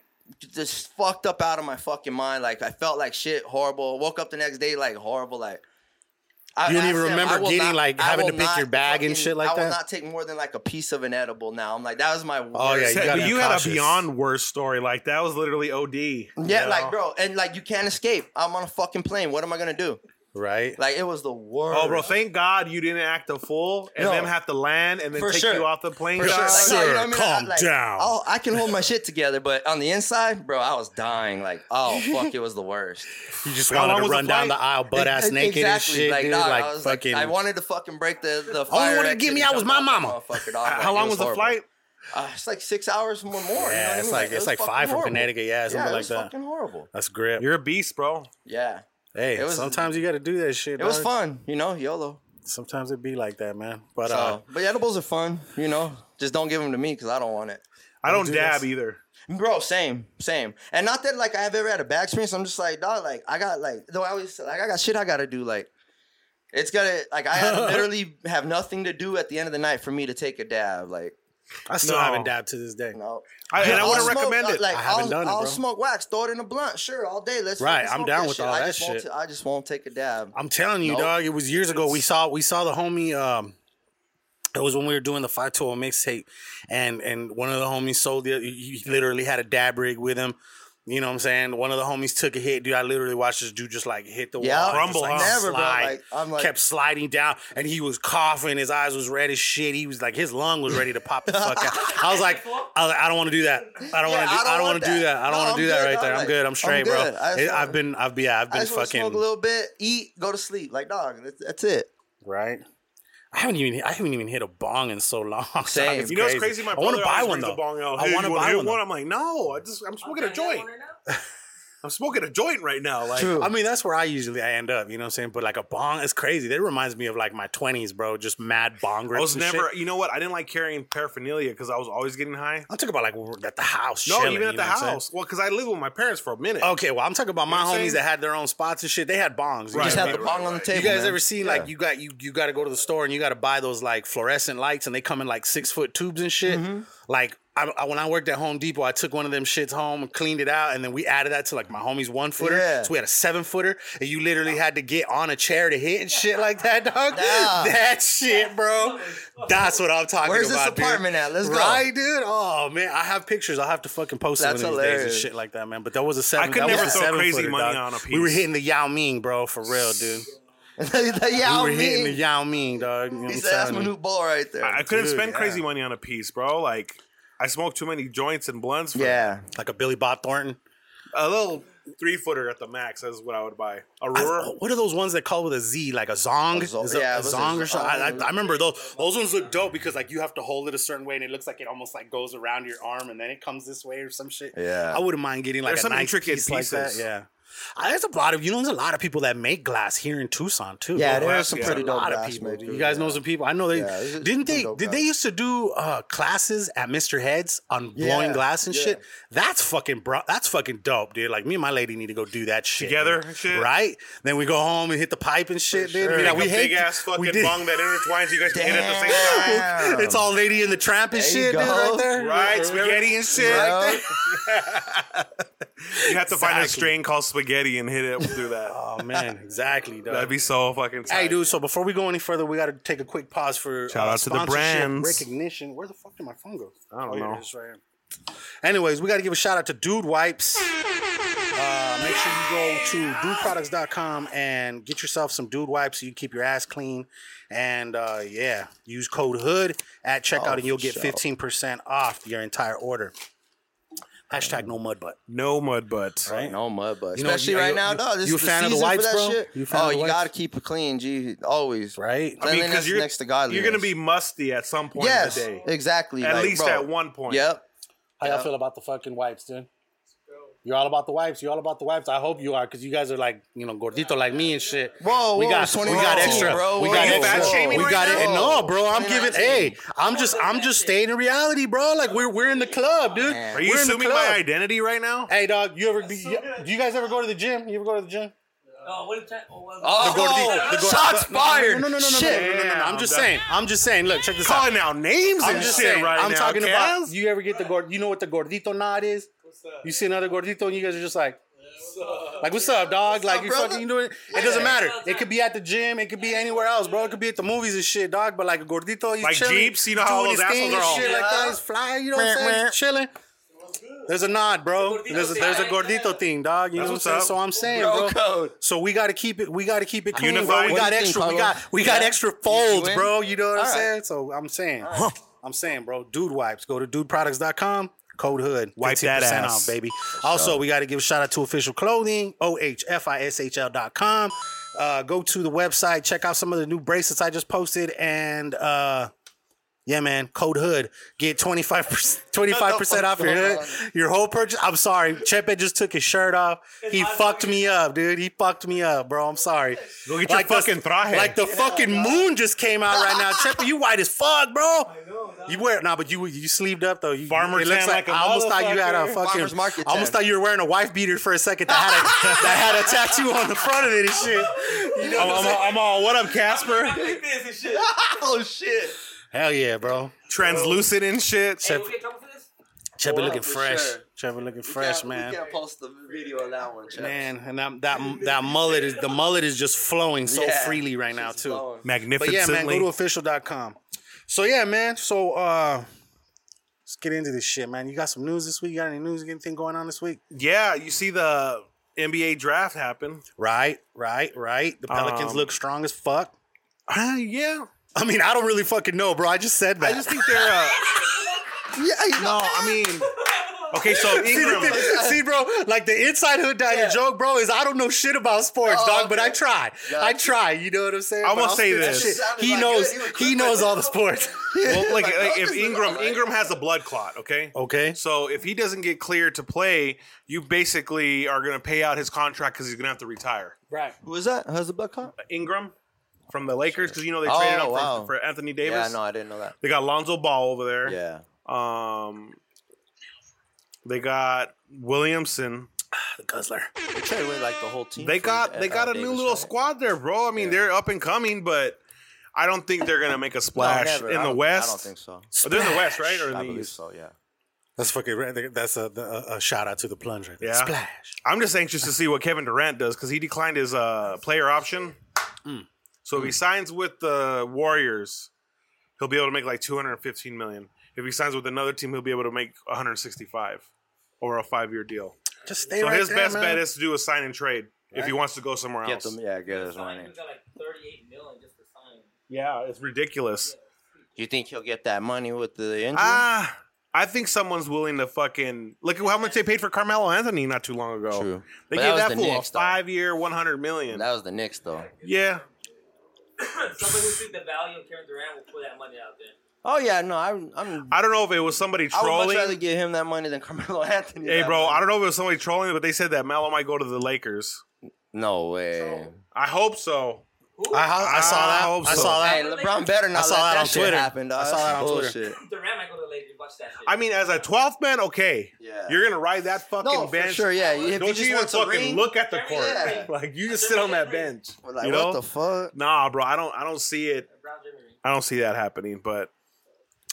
S5: just fucked up out of my fucking mind. Like I felt like shit, horrible. Woke up the next day like horrible. Like I,
S3: You don't even
S5: said,
S3: remember
S5: I will
S3: getting, like,
S5: I
S3: having to
S5: will
S3: pick your
S5: not
S3: bag and shit like
S5: I will
S3: that?
S5: not take more than like a piece of an edible. Now I'm like that was my worst.
S3: Oh, yeah, you
S2: But
S3: gotta
S2: you
S3: be
S2: had a
S3: cautious.
S2: beyond worse story. Like that was literally OD. you
S5: yeah,
S2: know?
S5: like bro, and like you can't escape. I'm on a fucking plane. What am I gonna do?
S3: Right.
S5: Like it was the worst.
S2: Oh, bro! Thank God you didn't act a fool and
S5: No.
S2: then have to land and then
S5: For
S2: take
S5: sure.
S2: you off the plane.
S5: For sure.
S2: dog.
S5: Like, no, you know what I
S3: Sir,
S5: mean?
S3: calm
S5: I, like,
S3: down.
S5: I'll- I can hold my shit together, but on the inside, bro, I was dying. Like, oh fuck, it was the worst.
S3: You just
S2: How long
S3: wanted to
S2: was the
S3: run down
S2: flight?
S3: the aisle butt ass
S5: Exactly.
S3: naked and shit, dude.
S5: dog,
S3: like
S5: I was
S3: fucking.
S5: I wanted to fucking break the the.
S3: All you
S5: fire
S3: wanted to
S5: exit
S3: give
S5: and
S3: me out was
S5: jump
S3: my
S5: off the
S3: mama.
S5: motherfucker, dog. Like,
S2: How
S5: it
S2: long was the
S5: horrible.
S2: flight?
S5: Uh, it's like six hours or more. you know what
S3: Yeah,
S5: I
S3: it's
S5: mean?
S3: like-
S5: it
S3: it's
S5: was
S3: like
S5: fucking
S3: five from
S5: horrible.
S3: Connecticut, yeah, something
S5: it
S3: like
S5: was
S3: that.
S5: Fucking horrible.
S3: That's grip.
S2: You're a beast, bro.
S5: Yeah,
S3: hey,
S5: it was-
S3: sometimes you got to do that shit.
S5: it was
S3: dog.
S5: fun. You know, YOLO.
S3: Sometimes it be like that, man. But uh,
S5: So, but edibles are fun. You know, just don't give them to me because I don't want it.
S2: I don't
S3: do
S2: dab
S3: this.
S2: either.
S5: Bro, same, same. And not that like I have ever had a bad experience. I'm just like, dog, like I got like though I always like I got shit I gotta do. Like it's gotta like I had- literally have nothing to do at the end of the night for me to take a dab. Like,
S3: I still
S2: No.
S3: haven't dabbed to this day.
S5: no.
S2: I, and I
S5: I'll
S2: wouldn't
S5: smoke,
S2: recommend
S5: uh,
S2: it.
S5: Like,
S3: I haven't
S5: will
S3: done it,
S5: I'll
S3: bro.
S5: smoke wax, throw it in a blunt, sure, all day. Let's
S3: Right,
S5: fucking
S3: I'm
S5: smoke
S3: down
S5: that
S3: with
S5: shit.
S3: all
S5: I
S3: that
S5: just won't
S3: shit.
S5: ta- I just won't take a dab.
S3: I'm telling you,
S5: Nope.
S3: dog. It was years ago. We saw we saw the homie. Um, it was when we were doing the five twelve mixtape, and and one of the homies sold the. He he literally had a dab rig with him. You know what I'm saying? One of the homies took a hit, dude. I literally watched this dude just like hit the
S5: Yeah,
S3: wall,
S2: Crumble,
S3: just, like,
S2: huh?
S5: Never, bro.
S3: slide.
S5: Like, I'm like-
S3: kept sliding down, and he was coughing. His eyes was red as shit. He was like, his lung was ready to pop the fuck out. I was like, I, I don't want to do that. I don't want to. Do,
S5: Yeah, I don't
S3: I don't
S5: want
S3: want to do
S5: that.
S3: that. I don't
S5: No,
S3: want
S5: I'm
S3: to do that
S5: good,
S3: right
S5: dog.
S3: there. I'm
S5: Like,
S3: good. I'm
S5: I'm
S3: straight,
S5: good.
S3: bro.
S5: I just
S3: It- I've
S5: wanna-
S3: been. I've yeah. I've
S5: I
S3: been
S5: just want to
S3: fucking
S5: smoke a little bit, eat, go to sleep. Like, dog, that's, that's it.
S3: right? I haven't even I haven't even hit a bong in so long. dog.
S5: Same.
S3: It's
S2: You know what's crazy? My
S3: I want
S2: brother
S3: to buy
S2: always
S3: one
S2: brings
S3: though.
S2: The bong out.
S3: I
S2: Hey,
S3: want
S2: you
S3: to
S2: wanna
S3: buy
S2: hit
S3: one. though.
S2: I'm like, no, I just I'm smoking a
S4: Bang that
S2: joint.
S4: one or no?
S2: I'm smoking a joint right now. Like
S5: True.
S3: I mean, that's where I usually I end up. You know what I'm saying? But like a bong is crazy. That reminds me of like my 20s, bro. Just mad bong
S2: I
S3: rips.
S2: was
S3: and shit.
S2: never. You know what? I didn't like carrying paraphernalia because I was always getting high.
S3: I'm talking about like we're at the house.
S2: No,
S3: chilling,
S2: even at
S3: you
S2: the
S3: know what I'm saying? Oh,
S2: house. Well, because I lived with my parents for a minute.
S3: Okay, well, I'm talking about my
S2: know what I'm
S3: homies
S2: saying?
S3: that had their own spots and shit. They had bongs. You
S2: Right,
S5: Just
S3: know?
S5: have the
S2: right,
S5: bong
S2: right,
S5: on the
S2: right.
S5: table.
S3: You guys
S5: man.
S3: ever seen like you got you you got to go to the store and you got to buy those like fluorescent lights and they come in like six foot tubes and shit.
S5: Mm-hmm.
S3: Like I, I, when I worked at Home Depot, I took one of them shits home and cleaned it out, and then we added that to like my homie's one footer.
S5: Yeah.
S3: So we had a seven footer, and you literally had to get on a chair to hit and shit like that, dog. That shit, bro. That's what I'm talking
S5: Where's this
S3: about. dude.
S5: apartment at? Let's go.
S3: Right, dude. Oh man, I have pictures. I'll have to fucking post
S5: That's
S3: them one of these days and
S5: hilarious.
S3: shit like that, man. But that was a seven.
S2: could
S3: that
S2: never
S3: was a
S2: throw
S3: seven
S2: crazy
S3: footer,
S2: money
S3: dog.
S2: on a
S3: We were
S2: piece.
S3: hitting the Yao Ming, bro, for real, dude.
S5: the Yao
S3: We were hitting the
S5: Ming.
S3: Yao Ming, dog. You know what I'm
S5: He said, that's
S3: telling
S5: my
S3: you?
S5: new ball right there.
S2: I couldn't
S3: Dude,
S2: spend
S3: yeah.
S2: crazy money on a piece, bro. Like I smoked too many joints and blunts. For
S5: yeah.
S3: Like a Billy Bob Thornton.
S2: a little three footer at the max. That's what I would buy. A
S3: I- oh,
S2: roar.
S3: what are those ones that call with a Z, like a zong?
S5: A zo-
S3: Is it
S5: yeah,
S3: a
S5: those
S3: zong
S5: are
S3: or something. I, I,
S5: zong.
S3: I remember those. Those ones look dope because like you have to hold it a certain way, and it looks like it almost like goes around your arm, and then it comes this way or some shit.
S5: Yeah.
S3: I wouldn't mind getting like
S2: There's
S3: a
S2: some
S3: nice
S2: intricate
S3: piece like that.
S2: pieces.
S3: Yeah, I, there's a lot of you know. There's a lot of people that make glass here in Tucson too. bro.
S5: Yeah, there are
S2: that's-
S5: some
S2: yeah.
S3: There's
S5: pretty
S3: a
S5: dope
S3: lot of
S5: glass
S3: people.
S5: makers,
S3: you guys know
S5: yeah.
S3: some people. I know they
S5: Yeah, there's-
S3: didn't
S5: there's
S3: they
S5: dope
S3: did they
S5: guys.
S3: used to do uh, classes at Mr. Heads on blowing
S5: Yeah,
S3: glass and
S5: yeah.
S3: shit. That's fucking bro. That's fucking dope, dude. Like me and my lady need to go do that shit
S2: Together
S3: dude.
S2: and shit?
S3: right? Then we go home and hit the pipe and shit, dude.
S2: Like
S3: Yeah,
S2: a
S3: we hate
S2: big ass fucking
S3: we did-
S2: bong that intertwines. You guys can hit at the same time.
S5: Damn.
S3: It's all lady in the tramp and
S5: There you
S3: shit, dude, right
S5: go.
S3: there.
S2: Right, spaghetti and shit.
S5: Bro.
S2: You have to find a
S3: Exactly.
S2: strain called spaghetti and hit it through that.
S3: Oh man, exactly, dog.
S2: That'd be so fucking. Tight.
S3: Hey, dude. So before we go any further, we got to take a quick pause for uh,
S2: Shout out to the
S3: sponsorship
S2: brands.
S3: recognition. Where the fuck did my phone go? Oh, I
S2: don't know.
S3: right here. Anyways, we got to give a shout out to Dude Wipes. Uh, make sure you go to dudeproducts.com and get yourself some Dude Wipes so you keep your ass clean. And uh, yeah, use code HOOD at checkout and you'll get
S5: sure.
S3: 15% off your entire order. Hashtag no mud butt.
S2: No mud butts.
S3: Right?
S5: No mud, but
S3: You know,
S5: especially
S3: you-
S5: right
S3: you-
S5: now,
S3: you-
S5: dog. This
S3: you
S5: is
S3: a
S5: the
S3: fan of the
S5: season
S3: wipes,
S5: for that
S3: bro?
S5: shit.
S3: You a fan
S5: oh,
S3: of the
S5: you
S3: wipes?
S5: gotta keep it clean, G. Always.
S3: Right?
S2: I mean,
S5: Cleanliness
S2: because you're
S5: next to godliness.
S2: You're gonna be musty at some point
S5: Yes,
S2: in the day.
S5: exactly.
S2: At
S5: like,
S2: least
S5: bro.
S2: at one point.
S5: Yep.
S3: How y'all feel about the fucking wipes, dude? You're all about the wipes. You're all about the wipes. I hope you are, because you guys are like, you know, gordito like me and shit.
S5: Whoa,
S3: we
S5: whoa,
S3: got
S5: it's
S3: we got
S5: 2019,
S3: extra.
S5: bro.
S3: We
S5: Whoa,
S3: got
S2: you fat
S3: extra.
S2: shaming
S3: We
S2: right
S3: got
S2: now?
S3: it. and No, bro. I'm giving.
S5: 2019.
S3: Hey, I'm just I'm just staying in reality, bro. Like we're we're in the club, dude.
S5: Man.
S2: Are you
S3: we're in the
S2: assuming
S3: club.
S2: my identity right now?
S3: Hey, dog. You ever be, do you guys ever go to the gym? You ever go to the gym?
S4: Oh, what did that? Oh, well,
S5: Oh,
S3: The gordito-
S5: shots fired.
S3: No, no, no, no, no, no,
S5: Shit.
S3: no, no, no, no, no. I'm just saying. I'm just saying. Look, check this out.
S2: Calling out names
S3: I'm
S2: and
S3: just
S2: shit
S3: saying.
S2: right
S3: I'm
S2: now.
S3: talking
S2: Kaz.
S3: about. You ever get the gord? You know what the gordito nod is? You see another gordito, and you guys are just like, like what's up, dog? like you
S5: brother?
S3: fucking you doing? It It doesn't matter. It could be at the gym. It could be anywhere else, bro. It could be at the movies and shit, dog. But like a gordito, he's
S2: Like
S3: chilling,
S2: Jeeps, you know how
S3: doing
S2: those
S3: his
S2: assholes
S3: thing and
S2: are all-
S3: shit like that. He's fly, you know what I'm
S5: Meh,
S3: saying?
S5: meh.
S3: He's chilling. There's a nod, bro. There's a, there's a gordito thing, dog. You know what I'm
S2: That's
S3: saying?
S2: what's
S3: So
S2: up.
S3: I'm saying, bro.
S5: Bro code.
S3: So we got to keep it. We got to keep it clean, bro.
S2: Unified.
S3: We
S2: What
S3: got
S5: do you think,
S3: extra. we
S5: Pablo?
S3: got we got
S5: Yeah.
S3: extra folds,
S5: win?
S3: bro. You know what I'm
S5: All right.
S3: saying? So I'm saying, I'm saying, bro. Dude wipes. Go to dudeproducts.com. Code hood.
S2: Wipe that
S3: 15%
S2: ass.
S3: off, baby. Also, we got to give a shout out to official clothing. O h f i s h l dot com. Uh, go to the website. Check out some of the new bracelets I just posted and. uh yeah, man. Code Hood. Get 25%, 25% off your hood. Your whole purchase. I'm sorry. Chepe just took his shirt off. He fucked me up, dude. He fucked me up, bro. I'm sorry.
S2: Go get your fucking
S3: the,
S2: traje.
S3: Like the fucking moon just came out right now. Chepe, you white as fuck, bro. You wear no, but you you sleeved up though. You,
S2: Farmer
S3: it looks
S2: tan
S3: like,
S2: like a
S3: I almost thought you had a
S2: motherfucker.
S3: fucking.
S5: Farmer's market
S3: I almost
S5: tan.
S3: thought you were wearing a wife beater for a second that had a that had a tattoo on the front of it and shit. You know
S2: I'm,
S3: what I'm
S2: I'm,
S3: saying?
S2: all- I'm all what up, Casper?
S4: Like this and shit.
S5: Oh shit!
S3: Hell yeah, bro.
S2: Translucent and shit.
S4: Hey, we get trouble for this?
S3: Trevor looking
S5: for
S3: fresh.
S5: sure.
S3: Trevor looking fresh,
S5: Can't-
S3: man.
S5: We can't post the video on that one, Chuck.
S3: Man, and that, that that mullet is the mullet is just flowing so
S5: Yeah.
S3: freely right now too.
S5: Blowing.
S3: But yeah, man,
S2: Magnificently.
S3: go to official.com. So yeah, man. So uh let's get into this shit, man. You got some news this week? You got any news? Anything going on this week?
S2: yeah, you see the NBA draft happen.
S3: Right, right, right. The Pelicans
S2: Um,
S3: look strong as fuck.
S2: Uh, yeah.
S3: I mean, I don't really fucking know, bro. I just said that.
S2: I just think they're. Uh,
S3: yeah,
S2: no, I mean. Okay, so
S3: See, the
S2: Ingram.
S3: thing- see, bro, like the inside hood diner
S5: Yeah.
S3: joke, bro, is I don't know shit about sports,
S5: Oh,
S3: dog, but I
S5: okay.
S3: try.
S5: Gotcha.
S3: I try. You know what I'm saying?
S2: I
S3: But
S2: will
S3: I'll
S2: say
S3: spit
S2: this.
S3: shit.
S5: Sounded
S3: He
S5: like
S3: knows.
S5: good. He was quick
S3: He
S5: with
S3: knows
S5: it.
S3: all the sports.
S2: Well, like, like if
S5: is not
S2: Ingram
S5: right.
S2: Ingram has a blood clot, okay?
S3: okay.
S2: So if he doesn't get cleared to play, you basically are going to pay out his contract because he's going to have to retire.
S3: Right.
S5: Who was that? How's the buck caught?
S2: Ingram from the Lakers because you know they
S5: Oh,
S2: traded up from-
S5: wow.
S2: for Anthony
S5: Yeah,
S2: Davis.
S5: no, I didn't know that.
S2: They got Lonzo Ball over there.
S5: Yeah.
S2: Um, they got Williamson.
S3: The guzzler.
S5: They traded away like the whole team.
S2: They
S5: for,
S2: got
S5: uh,
S2: they got a
S5: Davis,
S2: new little
S5: right?
S2: squad there, bro. I mean,
S5: Yeah.
S2: they're up and coming, but I don't think they're gonna make a
S5: No,
S2: splash
S5: never. I
S2: in the
S5: don't-
S2: West.
S5: I don't think so.
S2: Oh, they're in the West, right? Or in
S5: I
S2: the
S5: believe
S2: East?
S5: so, yeah.
S3: That's fucking. Right. That's a, a, a shout out to the plunge right there.
S2: Yeah.
S3: Splash.
S2: I'm just anxious to see what Kevin Durant does because he declined his uh, player option.
S5: Hmm.
S2: So if he signs with the Warriors, he'll be able to make like 215 million. If he signs with another team, he'll be able to make 165 over a five-year deal.
S3: Just stay
S2: so
S3: right
S2: his
S3: there,
S2: best
S3: man.
S2: bet is to do a sign and trade if he wants to go somewhere
S5: Get
S2: else.
S5: them, yeah, get his
S4: Sign,
S5: money.
S4: we got like 38 million just for signing.
S2: Yeah, it's ridiculous.
S5: You think he'll get that money with the injury?
S2: Ah, I think someone's willing to fucking look at how much they paid for Carmelo Anthony not too long ago.
S5: True.
S2: They
S5: But that
S2: gave
S5: was
S2: that,
S5: the
S2: fool a
S5: Knicks, though.
S2: five-year, 100 million.
S5: that was the Knicks, though.
S2: yeah,
S4: Somebody who thinks the value of Kevin Durant will put that money out there.
S5: Oh yeah, no, I'm. I'm
S2: I don't know if it was somebody
S5: I would
S2: trolling.
S5: much rather give him that money than Carmelo Anthony.
S2: Hey,
S5: that
S2: bro,
S5: money.
S2: I don't know if it was somebody trolling, but they said that Melo might go to the Lakers.
S5: No way.
S2: I hope so.
S4: Who?
S3: I, ho- I saw
S2: I
S3: that. I,
S2: hope so.
S3: saw that.
S5: Hey, LeBron better not
S3: I saw
S5: let
S3: that
S5: that,
S3: on
S5: shit
S3: Twitter.
S5: happen, dog.
S3: I saw that on Twitter.
S5: Bullshit.
S4: Durant might go to the Lakers. Watch that shit.
S2: I mean, as a 12th man, okay.
S5: Yeah.
S2: You're going to ride that fucking
S5: No, for
S2: bench.
S5: sure, yeah. If
S2: Don't
S5: he just
S2: you even
S5: wants a
S2: fucking
S5: ring,
S2: look at the
S4: Yeah.
S2: court.
S5: Yeah.
S2: Like, you just sit on that bench.
S5: we're Like,
S2: You
S5: what
S2: know?
S5: the fuck?
S2: Nah, bro, I don't I don't see it.
S4: Brown Jimmy.
S2: I don't see that happening, but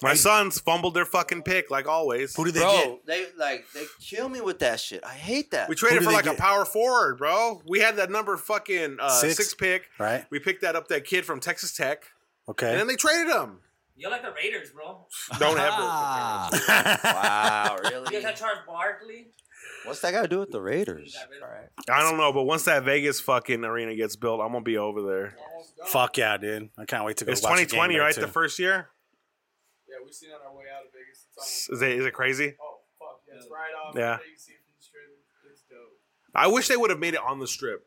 S2: my sons fumbled their fucking pick like always.
S3: Who did they get?
S5: Bro, they like they kill me with that shit. I hate that.
S2: We traded
S3: Who did
S2: for
S3: they
S2: like a
S3: get?
S2: power forward, bro. We had that number fucking uh,
S3: Six?
S2: six? pick.
S3: Right.
S2: We picked that up that kid from Texas Tech, and
S3: Okay.
S2: then they traded him.
S4: You're like the Raiders, bro.
S2: Don't ever.
S5: wow,
S4: You
S5: really?
S4: got Charles Barkley.
S5: What's that got to do with the Raiders?
S4: All right.
S2: I don't know, but once that Vegas fucking arena gets built, I'm gonna be over there.
S3: Fuck yeah, dude! I can't wait to go.
S2: It's
S3: watch a game
S2: 2020,
S3: there,
S2: right?
S3: too.
S2: The first year.
S8: Yeah, we've seen on our way out of Vegas. It's
S2: Is it, is it crazy?
S8: on, oh fuck, yeah, it's right off.
S2: Yeah.
S8: You can see it from the strip. It's dope.
S2: I wish they would have made it on the strip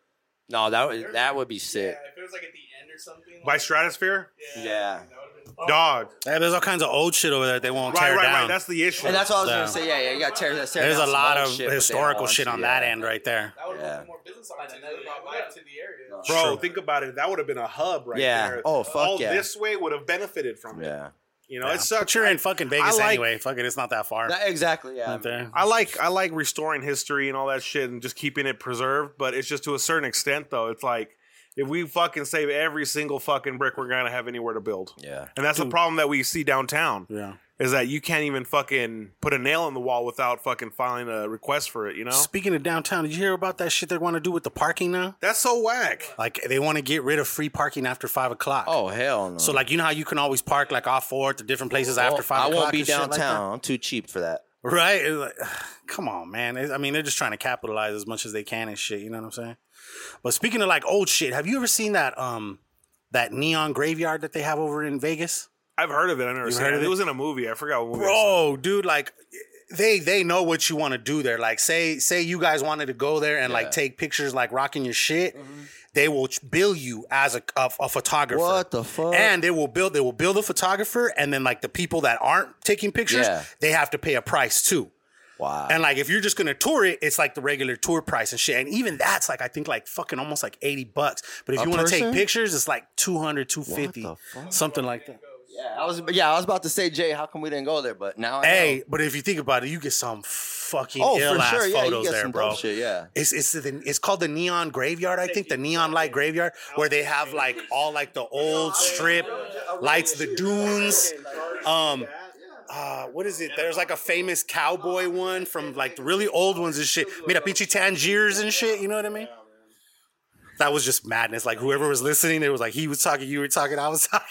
S5: No, that would that would be
S8: Yeah,
S5: sick.
S8: if it was like at the end or something.
S2: by
S8: Like,
S2: Stratosphere.
S8: yeah,
S5: Yeah.
S8: that would have been.
S2: Dog.
S3: Yeah, there's all kinds of old shit over there that they won't
S2: Right,
S3: Oh. tear
S2: right,
S3: down.
S2: right. That's the issue.
S5: And that's what I was
S3: Yeah.
S5: gonna say. Yeah, yeah, you got tear that.
S3: there's a lot of historical shit on that end right there.
S8: That would have
S5: Yeah.
S8: been more business opportunity about life to the area.
S2: Bro,
S3: True.
S2: think about it. That would have been a hub right
S5: Yeah.
S2: there.
S5: Oh, fuck
S2: All
S5: yeah.
S2: this way would have benefited from it.
S5: Yeah.
S2: You know,
S3: Yeah.
S2: it sucks.
S3: But you're in fucking Vegas
S2: like- um,
S3: anyway. Fuck it, it's not that far.
S5: That- exactly. Yeah.
S3: Right there.
S2: I like I like restoring history and all that shit and just keeping it preserved, but it's just to a certain extent though. It's like if we fucking save every single fucking brick, we're gonna have anywhere to build.
S5: Yeah.
S2: And that's the problem that we see downtown.
S3: Yeah.
S2: Is that you can't even fucking put a nail in the wall without fucking filing a request for it, you know?
S3: Speaking of downtown, did you hear about that shit they want to do with the parking now?
S2: That's so whack.
S3: Like they want to get rid of free parking after five o'clock.
S5: Oh hell no.
S3: So like you know how you can always park like off fourth or different places
S5: Well,
S3: after five
S5: I
S3: o'clock.
S5: won't be
S3: and shit like that?
S5: downtown. I'm too cheap for that.
S3: Right? It's like, come on, man. It's- I mean, they're just trying to capitalize as much as they can and shit. You know what I'm saying? But speaking of like old shit, have you ever seen that um that neon graveyard that they have over in Vegas?
S2: I've heard of it. I never seen
S3: heard
S2: it.
S3: of
S2: It
S3: it?
S2: was in a movie. I forgot what movie. I saw.
S3: Bro, dude, like they they know what you want to do there. Like say say you guys wanted to go there and like take pictures like rocking your shit.
S5: Mm-hmm.
S3: They will ch- bill you as a, a, a photographer.
S5: What the fuck?
S3: And they will build they will build a photographer and then like the people that aren't taking pictures,
S5: Yeah.
S3: they have to pay a price too.
S5: Wow.
S3: And like if you're just gonna tour it, it's like the regular tour price and shit. And even that's like I think like fucking almost like 80 bucks. But if
S5: A
S3: you want to take
S5: person?
S3: pictures, it's like 200, 250,
S5: What the fuck?
S3: something like that.
S5: Yeah, I was. Yeah, I was about to say, Jay, how come we didn't go there? But now, I
S3: Hey, but if you think about it, you get some fucking
S5: know. oh
S3: ill
S5: for
S3: ass
S5: sure, yeah, you
S3: photos
S5: get
S3: there,
S5: some
S3: bro.
S5: dope shit, yeah.
S3: It's it's the, it's called the Neon Graveyard, I think, the Neon Light Graveyard, where they have like all like the old strip lights, the dunes. Um, uh, what is it? There's like a famous cowboy one from like the really old ones and shit. Made up Ichi Tangiers and shit. You know what I mean? That was just madness. Like whoever was listening, it was like he was talking, you were talking, I was talking.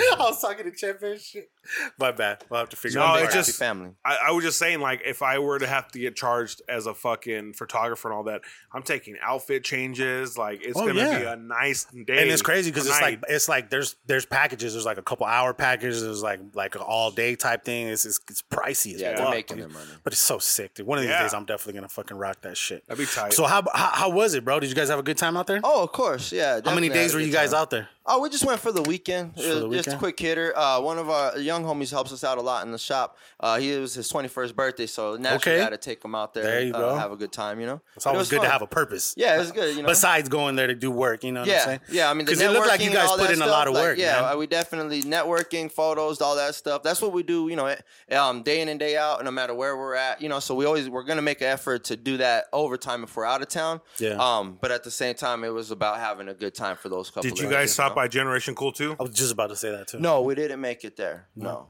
S3: I was talking to Chef and shit. My bad. We'll have to figure
S2: No,
S3: out.
S2: it
S5: Happy
S3: the-
S2: just-
S5: family.
S2: I, I was just saying, like, if I were to have to get charged as a fucking photographer and all that, I'm taking outfit changes. Like, it's
S3: Oh,
S2: gonna be
S3: yeah.
S2: a nice day.
S3: and it's crazy because it's
S2: night.
S3: like it's like there's there's packages. There's like a couple hour packages. There's like like an all day type thing. It's it's, it's pricey as
S5: Yeah, they're
S3: fuck,
S5: making
S3: dude.
S5: their money.
S3: But it's so sick, dude. One of these
S2: Yeah.
S3: days, I'm definitely gonna fucking rock that shit.
S2: that'd be tight.
S3: So how, how how was it, bro? Did you guys have a good time out there?
S5: Oh, of course, yeah.
S3: how many
S5: definitely had
S3: days
S5: a
S3: were
S5: good
S3: you guys
S5: time.
S3: out there?
S5: Oh, we just went for the weekend.
S3: Just for
S5: It
S3: the
S5: was Just a
S3: weekend?
S5: quick hitter. Uh, one of our young homies helps us out a lot in the shop. Uh, he it was his 21st birthday, so
S3: Okay.
S5: naturally got to take him out there.
S3: There you
S5: uh,
S3: go.
S5: Have a good time, you know.
S3: It's always good to have a purpose.
S5: Yeah, it was good. You know.
S3: Besides going there to do work, you know what I'm
S5: yeah,
S3: saying?
S5: yeah. I mean, the
S3: because it looked like you
S5: networking,
S3: guys
S5: all
S3: put
S5: that
S3: in a
S5: stuff,
S3: lot of
S5: like,
S3: work.
S5: yeah,
S3: man.
S5: we definitely networking, photos, all that stuff. That's what we do, you know, eh, um, day in and day out, no matter where we're at, you know. So we always we're gonna make an effort to do that overtime if we're out of town.
S3: Yeah.
S5: Um, but at the same time, it was about having a good time for those couple.
S2: Did you
S5: of
S2: guys
S5: days,
S2: stop
S5: know?
S2: by Generation Cool too?
S3: I was just about to say that too.
S5: No, we didn't make it there. No.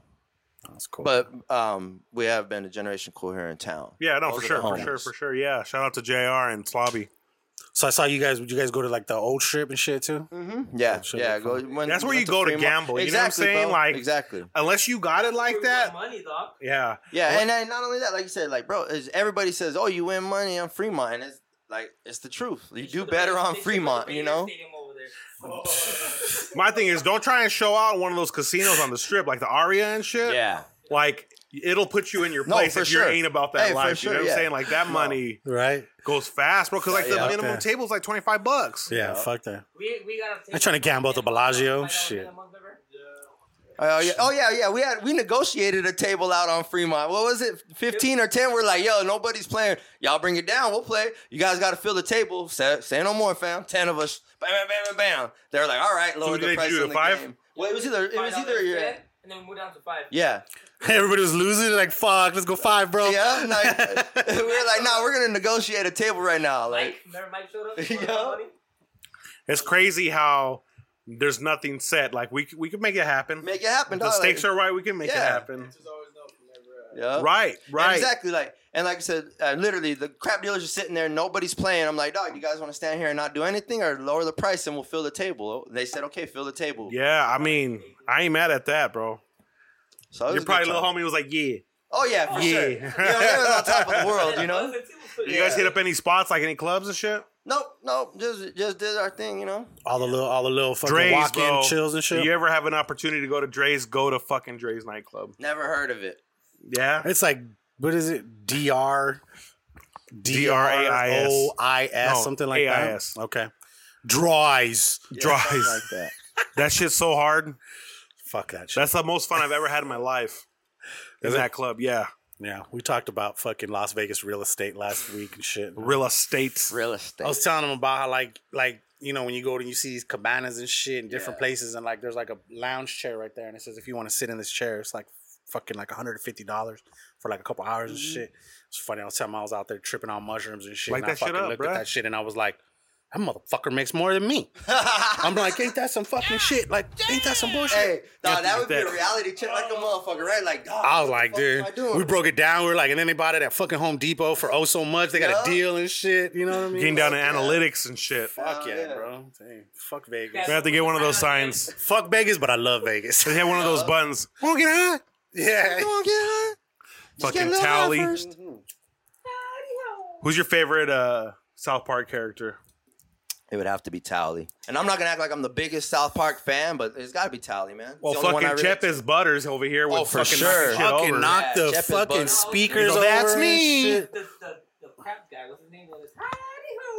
S3: that's cool.
S5: But um, we have been to Generation Cool here in town.
S2: Yeah, no, for
S5: Those are
S2: sure,
S5: the
S2: for
S5: homies.
S2: sure, for sure. Yeah, shout out to Jr. and Slobby.
S3: so I saw you guys. Would you guys go to like the old strip and shit too?
S5: Mm-hmm. Yeah,
S3: That should
S5: yeah.
S3: be
S5: Go, when,
S2: That's where
S5: went
S2: you go to
S5: Fremont-
S2: gamble, you know what I'm
S5: Exactly,
S2: saying?
S5: bro.
S2: Like-
S5: exactly.
S2: Unless you got it like that,
S4: Money, dog.
S2: yeah.
S5: Yeah, and, and not only that, like you said, like bro, is everybody says, "Oh, you win money on Fremont," and it's like it's the truth. You do better on Fremont, you know.
S2: My thing is, don't try and show out in one of those casinos on the strip, like the Aria and shit.
S5: Yeah,
S2: Like it'll put you in your
S5: No,
S2: place
S5: for
S2: if
S5: sure.
S2: you ain't about that
S5: Hey, for
S2: life.
S5: sure,
S2: you know what
S5: yeah.
S2: I'm saying? Like that money
S3: Right?
S2: goes fast, bro. Because like the
S5: Yeah.
S2: minimum
S3: Yeah.
S2: table's like 25 bucks.
S3: Yeah. Fuck that.
S4: We, we got
S3: I'm trying to gamble at the Bellagio. Shit.
S5: Oh yeah, oh yeah, yeah. We had we negotiated a table out on Fremont. What was it, fifteen or ten? We're like, yo, nobody's playing. Y'all bring it down. We'll play. You guys got to fill the table. Say, say no more, fam. Ten of us. Bam, bam, bam, bam, bam. They're like, all right, lower
S2: what did
S5: the
S2: they
S5: price
S2: do,
S5: on the
S2: five?
S5: game. Well, it was either it was either yeah,
S4: And then we moved down to five.
S5: yeah,
S3: Everybody was losing. Like fuck. Let's go five, bro.
S5: yeah. Like, we were like, nah, we're gonna negotiate a table right now.
S4: Mike,
S5: Like,
S4: remember Mike showed up?
S5: Yeah.
S2: It's crazy how there's nothing set. Like we c- we could make it happen.
S5: make it happen.
S2: if the
S5: dog. Like,
S2: stakes are right. We can make it
S5: Yeah.
S2: happen.
S8: Just always know from never. uh,
S5: yeah.
S2: Right, right.
S5: Exactly. Like, and like I said, uh, literally, the crap dealers are sitting there, nobody's playing. I'm like, dog, you guys want to stand here and not do anything, or lower the price and we'll fill the table? They said, okay, fill the table.
S2: Yeah, I mean, I ain't mad at that, bro.
S5: So it was
S2: Your
S5: a
S2: probably
S5: good time.
S2: little homie was like, "Yeah."
S5: Oh yeah, for
S2: Yeah.
S5: sure. You know, it was on top of the world. You know.
S2: You guys hit up any spots, like any clubs and shit?
S5: Nope, nope. Just just did our thing. You know.
S3: All the little, all the little fucking
S2: Dre's,
S3: walk-in
S2: bro.
S3: chills and shit.
S2: If you ever have an opportunity to go to Dre's, go to fucking Dre's nightclub.
S5: Never heard of it.
S2: Yeah,
S3: It's like what is it? Dr.
S2: DRAIS.
S3: DRAIS,
S2: No,
S3: something like
S2: AIS.
S3: that. Okay. Dries.
S2: dries.
S5: that.
S2: that shit's so hard.
S3: Fuck that shit.
S2: That's the most fun I've ever had in my life. In
S3: Is it?
S2: that club, yeah.
S3: yeah, we talked about fucking Las Vegas real estate last week and shit.
S2: Real estate.
S3: I
S5: Real
S3: was
S5: estate.
S3: telling them about how like like you know when you go to you see these cabanas and shit in different places and like there's like a lounge chair right there and it says if you want to sit in this chair it's like fucking like $150 for like a couple hours and
S5: Mm-hmm.
S3: shit. It's funny. I was telling them I was out there tripping on mushrooms and shit
S2: Like
S3: and I
S2: that shit
S3: fucking
S2: up,
S3: looked
S2: bruh.
S3: at that shit and I was like that motherfucker makes more than me. I'm like, ain't that some fucking shit? Like, ain't that some bullshit?
S5: Hey, dog, that would be a
S2: that.
S5: reality check like a motherfucker, right? Like, dog.
S3: I was
S5: what the
S3: like,
S5: fuck am
S3: dude,
S5: I doing?
S3: we broke it down. We were like, and then they bought it at fucking Home Depot for oh so much. They got a
S5: Yeah.
S3: deal and shit. You know what I mean?
S2: Getting down to
S5: Yeah.
S2: analytics and shit.
S3: Fuck
S5: Oh,
S3: yeah,
S5: yeah.
S3: bro. Dang, fuck Vegas.
S2: We have to get one of those signs.
S3: Fuck Vegas, but I love Vegas.
S2: They had one of those buttons.
S3: Won't get hot. Yeah.
S5: Come on, get high. Just get
S2: Fucking
S5: a little high
S2: tally.
S5: first.
S2: Who's your favorite uh, South Park character?
S5: It would have to be Tally. And I'm not gonna act like I'm the biggest South Park fan, but it's gotta be Tally, man. It's
S2: Well,
S5: the only one I
S2: fucking
S5: relate
S2: Chep
S5: to.
S2: is Butters over here with
S5: Oh, for
S2: fucking
S5: sure.
S2: knocking shit
S3: Fucking
S2: over.
S3: knock
S5: Yeah,
S3: the
S5: Jeff is
S3: fucking
S5: bugging.
S3: speakers
S4: You
S2: know, that's
S3: over and
S2: me.
S3: shit.
S4: The, the, the crap guy, what's his name? Was, Hi-de-ho.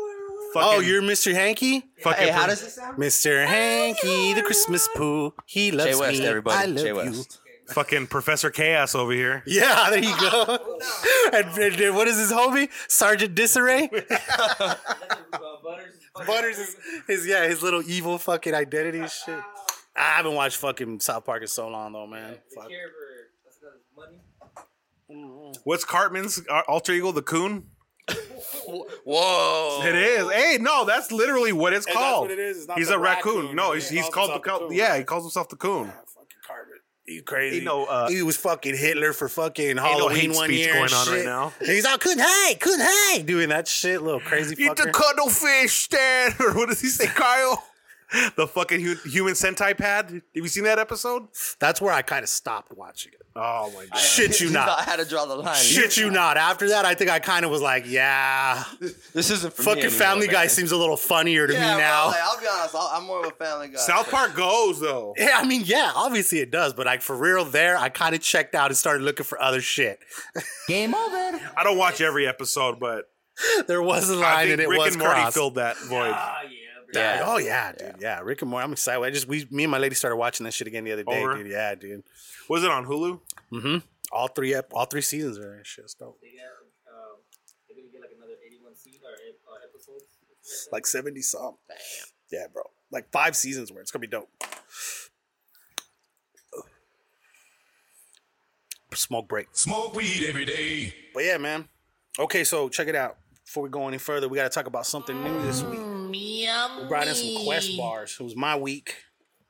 S3: Oh,
S2: Fucking-
S3: you're Mr. Hanky?
S2: Fucking
S5: Hey, how
S2: pro-
S5: does it sound?
S3: Mr. Hanky, the Christmas poo. He loves
S5: Jay West,
S3: me.
S5: everybody.
S3: I love
S5: Jay
S3: you.
S5: West.
S2: fucking Professor Chaos over here?
S3: Yeah, there you go. and, and- and what is his homie? Sergeant Disarray?
S4: That's what, uh, Butters is fucking-
S3: Butters is his yeah, his little evil fucking identity and shit. I haven't watched fucking South Park in so long though, man.
S4: Fuck.
S3: Fuck.
S4: Care for that's not his money.
S2: What's Cartman's uh, alter ego? The Coon.
S5: Whoa.
S2: It is. Hey, no, that's literally what it's
S9: Oh. Hey, that's
S2: called.
S9: what it is. It's not
S2: he's
S9: the
S2: a raccoon.
S9: raccoon.
S2: No,
S9: He
S2: he's, he's
S9: calls
S2: called the
S9: himself the
S2: coon.
S9: coon.
S2: Yeah, he calls himself the coon.
S9: Fucking Cartman. You crazy?
S2: You know, uh,
S3: He was fucking Hitler for fucking
S2: no
S3: Halloween
S2: hate
S3: one
S2: speech
S3: year.
S2: going
S3: and
S2: on right
S3: shit.
S2: now.
S3: And he's all coon hey, coon hey, doing that shit, little crazy
S2: eat the
S3: fucker.
S2: cuttlefish, Stan. Or what does he say, Kyle? the fucking hu- human sentai pad. Have you seen that episode?
S3: That's where I kind of stopped watching it.
S2: Oh my god.
S3: Shit you
S5: I
S3: not.
S5: had to draw the line.
S3: Shit you not. After that, I think I kind of was like, yeah,
S5: This isn't for me
S3: fucking
S5: anymore,
S3: Family Guy
S5: man.
S3: seems a little funnier to
S5: Yeah,
S3: me
S5: bro,
S3: now.
S5: like, I'll be honest. I'll, I'm more of a Family Guy.
S2: South Park goes though.
S3: Yeah, I mean, yeah, obviously it does, but like for real, there I kind of checked out and started looking for other shit.
S5: Game over.
S2: I don't watch every episode, but
S3: There was
S2: I
S3: a line
S2: think
S3: and it
S2: Rick
S3: was
S2: and Morty
S3: crossed.
S2: filled that void.
S4: Ah, yeah, bro.
S3: Yeah. Oh yeah, dude. Yeah. Rick and Morty. I'm excited. I just we, me and my lady started watching that shit again the other day,
S2: Over.
S3: dude. Yeah, dude.
S2: Was it on Hulu?
S3: All three, ep- all three seasons are in that shit. It's dope.
S4: They got, um, they're gonna get like another 81 season or ep- or episodes.
S9: like seventy some. Damn. Yeah, bro. Like five seasons where it's gonna be dope.
S3: Smoke break.
S7: Smoke weed every day.
S3: But yeah, man. Okay, so check it out. Before we go any further, we got to talk about something new this week. We brought in some Quest bars. It was my week.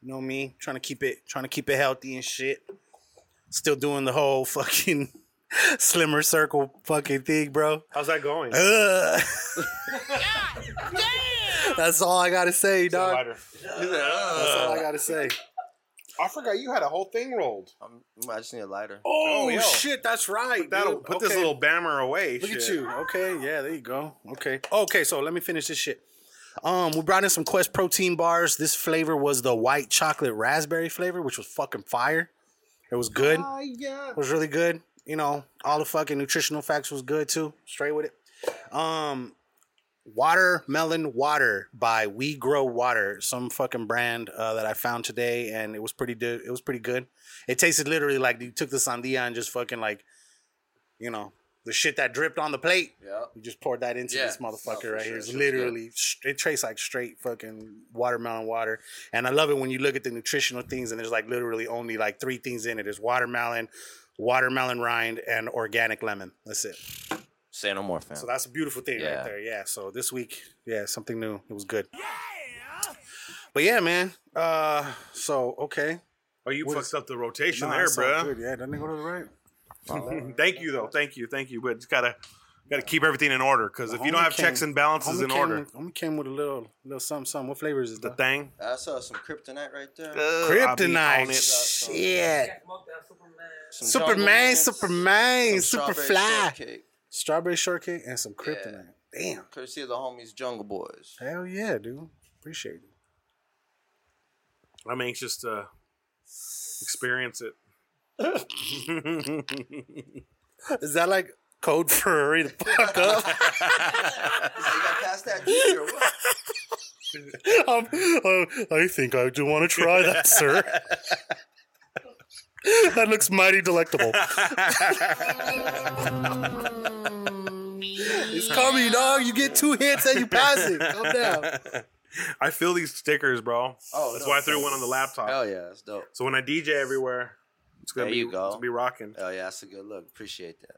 S3: You know me, trying to keep it, trying to keep it healthy and shit. Still doing the whole fucking slimmer circle fucking thing, bro.
S2: How's that going?
S3: Ugh. That's all I gotta say, dog.
S2: Lighter.
S3: That's all I gotta say.
S2: I forgot you had a whole thing rolled.
S5: I'm, I just need a lighter.
S3: Oh,
S2: yo.
S3: shit, that's right.
S2: That'll
S3: dude.
S2: put this
S3: Okay.
S2: little bammer away.
S3: Look at
S2: shit.
S3: you. Okay, yeah, there you go. Okay. Okay, so let me finish this shit. Um, we brought in some Quest protein bars. This flavor was the white chocolate raspberry flavor, which was fucking fire. It was good. It was really good. You know, all the fucking nutritional facts was good too. Straight with it. Um Watermelon Water by We Grow Water, some fucking brand uh, that I found today, and it was pretty. Du- it was pretty good. It tasted literally like you took the sandia and just fucking like, you know, the shit that dripped on the plate.
S5: Yeah.
S3: You just poured that into
S5: Yeah.
S3: this
S5: Oh, for
S3: motherfucker right
S5: sure.
S3: here. It's
S5: Shit's
S3: literally sh- it tastes like straight fucking watermelon water. And I love it when you look at the nutritional things and there's like literally only like three things in it. There's watermelon, watermelon rind, and organic lemon. That's it.
S5: Say no more, fam.
S3: So that's a beautiful thing
S5: Yeah.
S3: right there. Yeah. So this week, yeah, something new. It was good. But yeah, man. Uh, so okay.
S2: Oh, you
S3: What
S2: fucked up the rotation
S3: Nah,
S2: there,
S3: it's all
S2: bruh.
S3: good. Yeah, doesn't it go to the right?
S2: Thank you though. Thank you. Thank you. But it's gotta gotta keep everything in order because if you don't
S3: Homie
S2: have
S3: came-
S2: checks and balances
S3: homie
S2: in
S3: came-
S2: order,
S3: Homie came with a little, little something, something. What flavor is it?
S2: the
S3: though?
S2: thing.
S5: I saw some kryptonite right there.
S3: Uh,
S2: I'll be on
S3: Kryptonite.
S2: it.
S3: Shit.
S4: Yeah, smoke that Superman.
S5: Some jungle
S3: Superman,
S5: nuts,
S3: Superman,
S5: some strawberry
S3: Superfly.
S5: shortcake,
S3: Strawberry shortcake and some kryptonite. Damn.
S5: Courtesy of the homies, Jungle Boys.
S3: Hell yeah, dude. Appreciate it.
S2: I'm anxious to experience it.
S3: Is that like code for hurry the fuck up?
S5: you got past that teacher. What?
S3: Um, uh, I think I do want to try that, sir. that looks mighty delectable. it's coming, dog. You get two hits and you pass it. Calm down.
S2: I feel these stickers, bro.
S5: Oh,
S2: That's
S5: no,
S2: why I threw
S5: thanks.
S2: one on the laptop.
S5: Hell yeah, that's dope.
S2: So when I DJ everywhere, it's gonna
S5: There
S2: be
S5: you go.
S2: it's gonna be rocking.
S5: Hell Oh, yeah, that's a good look. Appreciate that.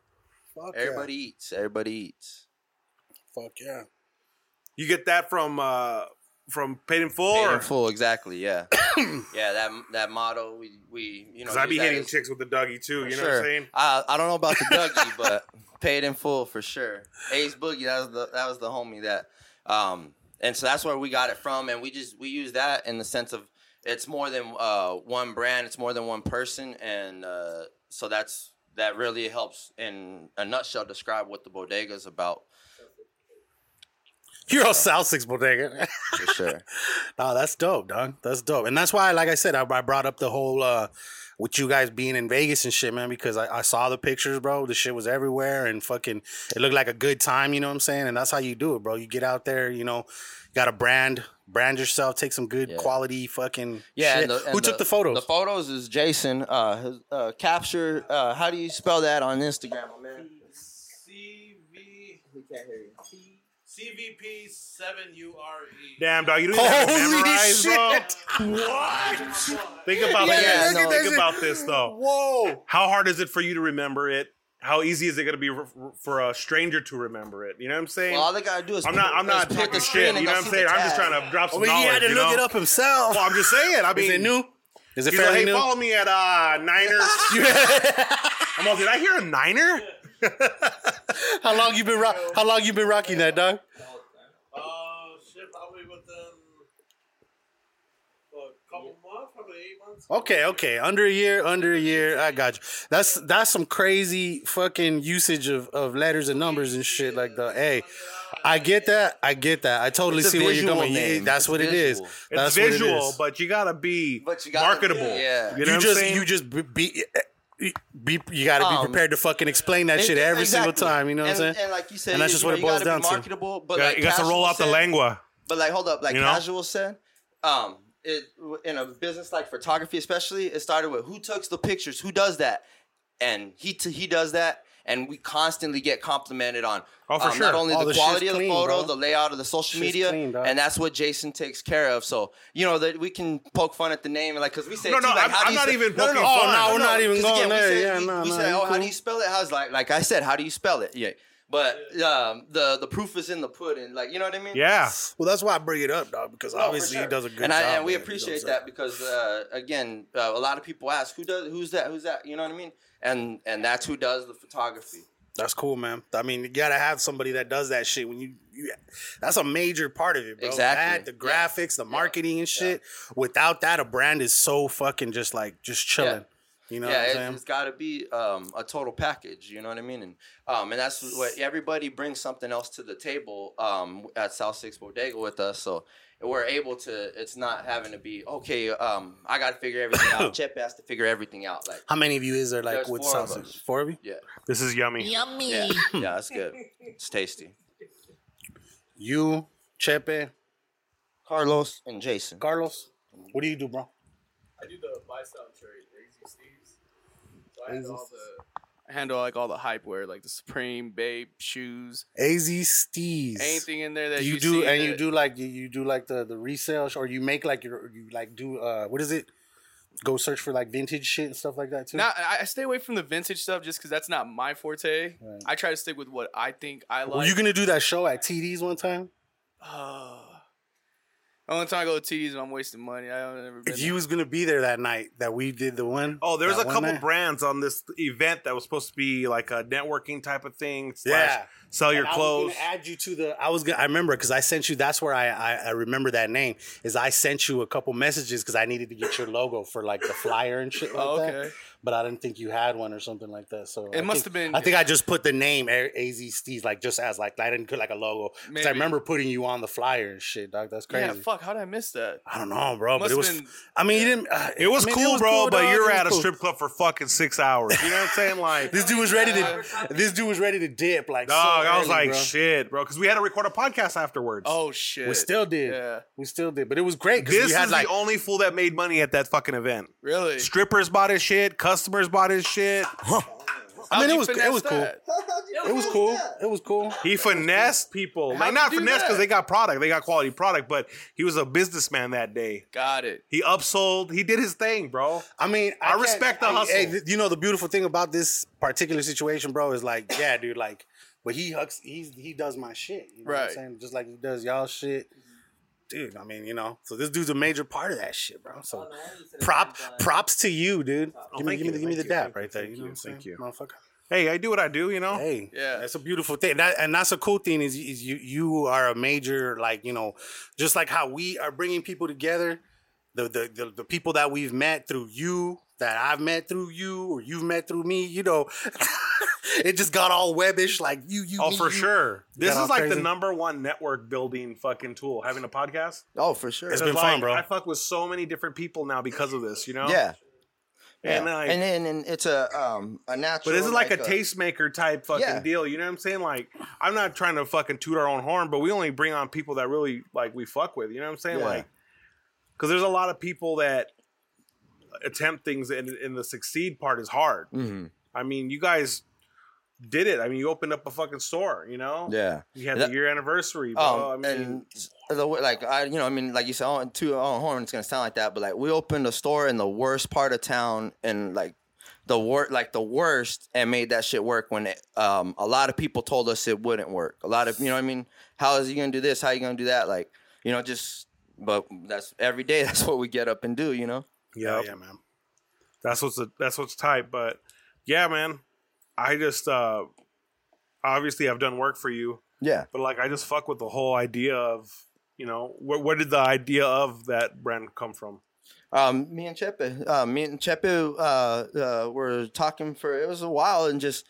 S3: Fuck
S5: Everybody eats. Everybody eats.
S3: yeah. Fuck yeah.
S2: You get that from uh from Paid in Full,
S5: Paid
S2: or
S5: in full, exactly. Yeah, yeah. That that motto. We we you know.
S2: because I be
S5: use that
S2: hitting
S5: as-
S2: chicks with the Dougie too. You know what I'm saying?
S5: I, I don't know about the Dougie, but paid in full for sure. Ace Boogie, that was the that was the homie that, um, and so that's where we got it from, and we just we use that in the sense of it's more than uh, one brand, it's more than one person, and uh, so that's that really helps in a nutshell describe what the bodega is about
S3: You're all South Six Bodega.
S5: for sure.
S3: Oh, that's dope, dog. That's dope, and that's why, like I said, I, I brought up the whole uh with you guys being in Vegas and shit, man, because I, I saw the pictures, bro. The shit was everywhere, and fucking, it looked like a good time. You know what I'm saying? And that's how you do it, bro. You get out there, you know, got to brand brand yourself, take some good
S5: Yeah.
S3: quality fucking
S5: Yeah,
S3: shit.
S5: and and
S3: Who took the photos?
S5: The photos is Jason. Uh, his, uh, capture. Uh, how do you spell that on Instagram, my man?
S8: CV.
S4: We can't hear you.
S8: CVP seven U R E.
S2: Damn, dog, you don't even have to
S3: Holy
S2: memorize, bro.
S3: shit. What?
S2: Think about
S3: Yeah,
S2: this.
S5: look at
S2: think
S3: this.
S2: about this though.
S3: Whoa.
S2: How hard is it for you to remember it? How easy is it going to be for- for a stranger to remember it? You know what I'm saying?
S5: Well, all they gotta do is
S2: I'm
S5: put-
S2: not. I'm
S5: is
S2: not
S5: put the
S2: talking
S5: screen
S2: shit.
S5: and
S2: You know
S5: go
S2: what I'm
S5: see
S2: saying?
S5: the
S2: I'm just
S5: tab.
S2: trying to drop
S3: I
S2: some
S3: mean, Oh, he
S2: knowledge.
S3: had to
S2: you
S3: look
S2: know?
S3: it up himself.
S2: Well, I'm just saying. I mean,
S3: Is it new? Is it
S2: He's like,
S3: fairly
S2: hey,
S3: new?
S2: follow me at uh, Niners. I'm all, did I hear a Niner?
S3: How long you been rock? How long you been rocking that, dog?
S8: Oh shit, probably within a couple months, probably eight months.
S3: Okay, okay, under a year, under a year. I got you. That's that's some crazy fucking usage of, of letters and numbers and shit like that. Hey, I get that. I get that. I totally
S5: It's a
S3: see where you're
S5: visual
S3: going.
S5: name.
S3: Yeah, That's
S5: It's
S3: what it is.
S5: visual.
S2: It's
S3: That's what it
S2: visual,
S3: is.
S2: but you gotta be
S5: But you gotta-
S2: marketable.
S5: yeah.
S2: you know
S3: you
S2: what
S3: just
S2: I'm saying?
S3: you just be, be eh, be you got to
S5: Um,
S3: be prepared to fucking explain that shit
S5: Ex-
S3: every
S5: exactly.
S3: single time. You know what I'm
S5: And-
S3: saying?
S5: And like you said,
S3: And that's just
S5: you
S3: what
S5: know,
S3: it
S5: you
S3: boils
S5: gotta be
S3: down to.
S5: Marketable, but
S2: you got,
S5: like
S2: you got to
S5: Casual
S2: roll out the
S5: said-
S2: lengua.
S5: But like, hold up, like
S2: You know?
S5: casual said, um, it in a business like photography, especially, it started with who takes the pictures, who does that, and he t- he does that, and we constantly get complimented on.
S2: Oh, for
S5: um,
S2: sure.
S5: Not only
S3: Oh,
S5: the,
S3: the
S5: quality
S3: shit's
S5: of the
S3: clean,
S5: photo,
S3: bro.
S5: the layout of the
S3: Shit's
S5: social media,
S3: clean, dog.
S5: and that's what Jason takes care of. So you know that we can poke fun at the name, like because we say
S2: No,
S5: too,
S2: no,
S5: like,
S2: I'm-
S5: how do
S2: I'm
S5: you
S2: not
S5: say-
S2: even
S5: no, no,
S2: poking
S5: no, oh,
S2: fun.
S5: no,
S2: No,
S3: we're not even
S5: 'cause again,
S3: going
S5: we
S3: there.
S5: said-
S3: Yeah,
S5: we,
S3: no,
S5: we
S3: no,
S5: said,
S3: you
S5: oh, how
S3: cool.
S5: do you spell it? How's like like I said, how do you spell it? Yeah, but um, the the proof is in the pudding. Like you know what I mean?
S2: Yeah.
S9: Well, that's why I bring it up, dog, because
S5: Oh, for
S9: obviously
S5: sure.
S9: he does a good
S5: and
S9: job.
S5: I, and
S9: man,
S5: we
S9: you know
S5: appreciate
S9: what I'm
S5: that because uh, again, uh, a lot of people ask who does who's that who's that you know what I mean, and and that's who does the photography.
S3: That's cool, man.
S9: saying? I mean, you gotta have somebody that does that shit when you. you that's a major part of it, bro.
S5: Exactly.
S9: That, the graphics, the marketing, and shit.
S3: Without that, a brand is so fucking just like just chilling. You know what I'm
S5: yeah, it,
S3: saying?
S5: it's got to be um, a total package. You know what I mean, and um, and that's what everybody brings something else to the table um, at South Six Bodega with us, so we're able to. It's not having to be okay. Um, I got to figure everything out. Chip has to figure everything out. Like,
S3: How many of you is there like
S5: There's
S3: with
S5: four of
S3: sausage?
S5: us.
S3: Four of you?
S5: yeah,
S2: This is yummy.
S10: Yummy.
S5: yeah, yeah. That's good. It's tasty.
S3: You, Chepe,
S5: Carlos and Jason.
S3: Carlos. What do you do, bro?
S8: I do the buy sell trade, Lazy Steve's. So I handle all the. I handle like all the hype wear, like the Supreme, Babe, shoes,
S3: AZ Steez.
S8: anything in there that
S3: you,
S8: you,
S3: do
S8: see
S3: and
S8: that-
S3: you do like you, you do like the the resale sh- or you make like your you like do uh what is it? Go search for like vintage shit and stuff like that too.
S8: Not, I I stay away from the vintage stuff just because that's not my forte. I try to stick with what I think I like.
S3: Were you gonna do that show at TD's one time?
S8: Ah. The only time I go to TDs when I'm wasting money. I don't ever. Been
S3: You was gonna be there that night that we did the one.
S2: Oh, there was
S3: that
S2: a
S3: one
S2: couple
S3: night.
S2: brands on this event that was supposed to be like a networking type of thing. Slash
S3: Yeah.
S2: Sell your
S3: And I
S2: clothes.
S3: was gonna add you to the. I was gonna. I remember because I sent you. That's where I, I I remember that name is I sent you a couple messages because I needed to get your logo for like the flyer and shit like
S8: Oh,
S3: that.
S8: okay.
S3: But I didn't think you had one or something like that. So I
S8: It
S3: think-
S8: must have been-
S3: I think I just put the name A- AZ Steez like just as like I didn't put like a logo 'Cause I
S8: Maybe.
S3: remember putting you on the flyer and shit, dog. That's crazy.
S8: yeah, fuck. How did I miss that?
S3: I don't know, bro. But
S8: Must
S3: it was.
S8: been-
S3: I mean, you didn't. Uh,
S2: it was
S3: I mean,
S2: cool, bro, but
S3: dog.
S2: you're
S3: It
S2: at a
S3: was cool.
S2: strip club for fucking six hours. You know what I'm saying? Like,
S3: This dude was ready to. This dude was ready to dip. Like, so
S2: dog, I was
S3: early,
S2: like,
S3: bro.
S2: shit, bro, because we had to record a podcast afterwards.
S8: Oh shit.
S3: We still did.
S8: Yeah.
S3: We still did. But it was great because
S2: this
S3: we
S2: is
S3: had like
S2: the only fool that made money at that fucking event.
S8: Really?
S2: Strippers bought his shit. Customers bought his shit.
S3: I mean
S8: How'd
S3: it
S8: you
S3: was it
S8: finesse
S3: was cool.
S8: that?
S3: It was cool. It was cool.
S2: He finessed people.
S8: How'd
S2: like not
S8: you do
S2: finessed because
S8: that?
S2: they got product. They got quality product, but he was a businessman that day.
S8: Got it.
S2: He upsold. He did his thing, bro.
S3: I mean,
S2: I
S3: can't-
S2: respect the
S3: I-
S2: hustle.
S3: hey, th- you know the beautiful thing about this particular situation, bro, is like, yeah, dude, like, but he hucks, he's he does my shit. You know what
S8: Right.
S3: I'm saying? Just like he does y'all shit. Dude, I mean, you know, so this dude's a major part of that shit, bro.
S4: Oh,
S3: So prop props to you, dude. give me,
S2: Oh, thank
S3: give me,
S2: you,
S3: the- give me
S2: thank
S3: the
S2: you,
S3: dap
S2: thank you,
S3: right there.
S2: thank
S3: you know
S2: you,
S3: what I'm saying?
S2: thank you.
S3: motherfucker.
S2: Hey, I do what I do. You know.
S3: Hey,
S8: Yeah.
S3: that's a beautiful thing. That, and that's a cool thing is, is you you are a major like you know, just like how we are bringing people together, the the the, the people that we've met through you, that I've met through you, or you've met through me. You know, it just got all webbish like you you.
S2: Oh,
S3: me,
S2: for
S3: you.
S2: sure. This is
S3: Got all
S2: like the
S3: crazy?
S2: number one network building fucking tool. Having a podcast.
S5: Oh, for sure.
S3: It's
S2: Because,
S3: been fun,
S2: like,
S3: bro.
S2: I fuck with so many different people now because of this. You know.
S5: Yeah.
S2: And
S5: yeah.
S2: like,
S5: and then and it's a um a natural.
S2: But this is like, a, tastemaker type fucking
S5: Yeah.
S2: deal. You know what I'm saying? Like, I'm not trying to fucking toot our own horn, but we only bring on people that really like we fuck with. You know what I'm saying?
S5: Yeah.
S2: Like, because there's a lot of people that attempt things, and, and the succeed part is hard.
S5: Mhm.
S2: I mean, you guys did it. I mean, you opened up a fucking store, you know?
S5: Yeah.
S2: You had
S5: Yeah.
S2: the year anniversary, bro.
S5: Um,
S2: I mean,
S5: and s- the way- like I, you know, I mean, like you said, on two on horn, it's gonna sound like that, but like we opened a store in the worst part of town, and like the worst, like the worst, and made that shit work when it, um a lot of people told us it wouldn't work. A lot of you know, what I mean, how is you gonna do this? How you gonna do that? Like you know, just but that's every day. That's what we get up and do. You know.
S2: yeah,
S3: yeah, man.
S2: that's what's that's what's tight. But yeah, man, I just uh obviously I've done work for you,
S5: Yeah.
S2: but like I just fuck with the whole idea of you know where, where did the idea of that brand come from?
S5: Um, me and Chepe, uh, me and Chepe, uh, uh, were talking for it was a while and just,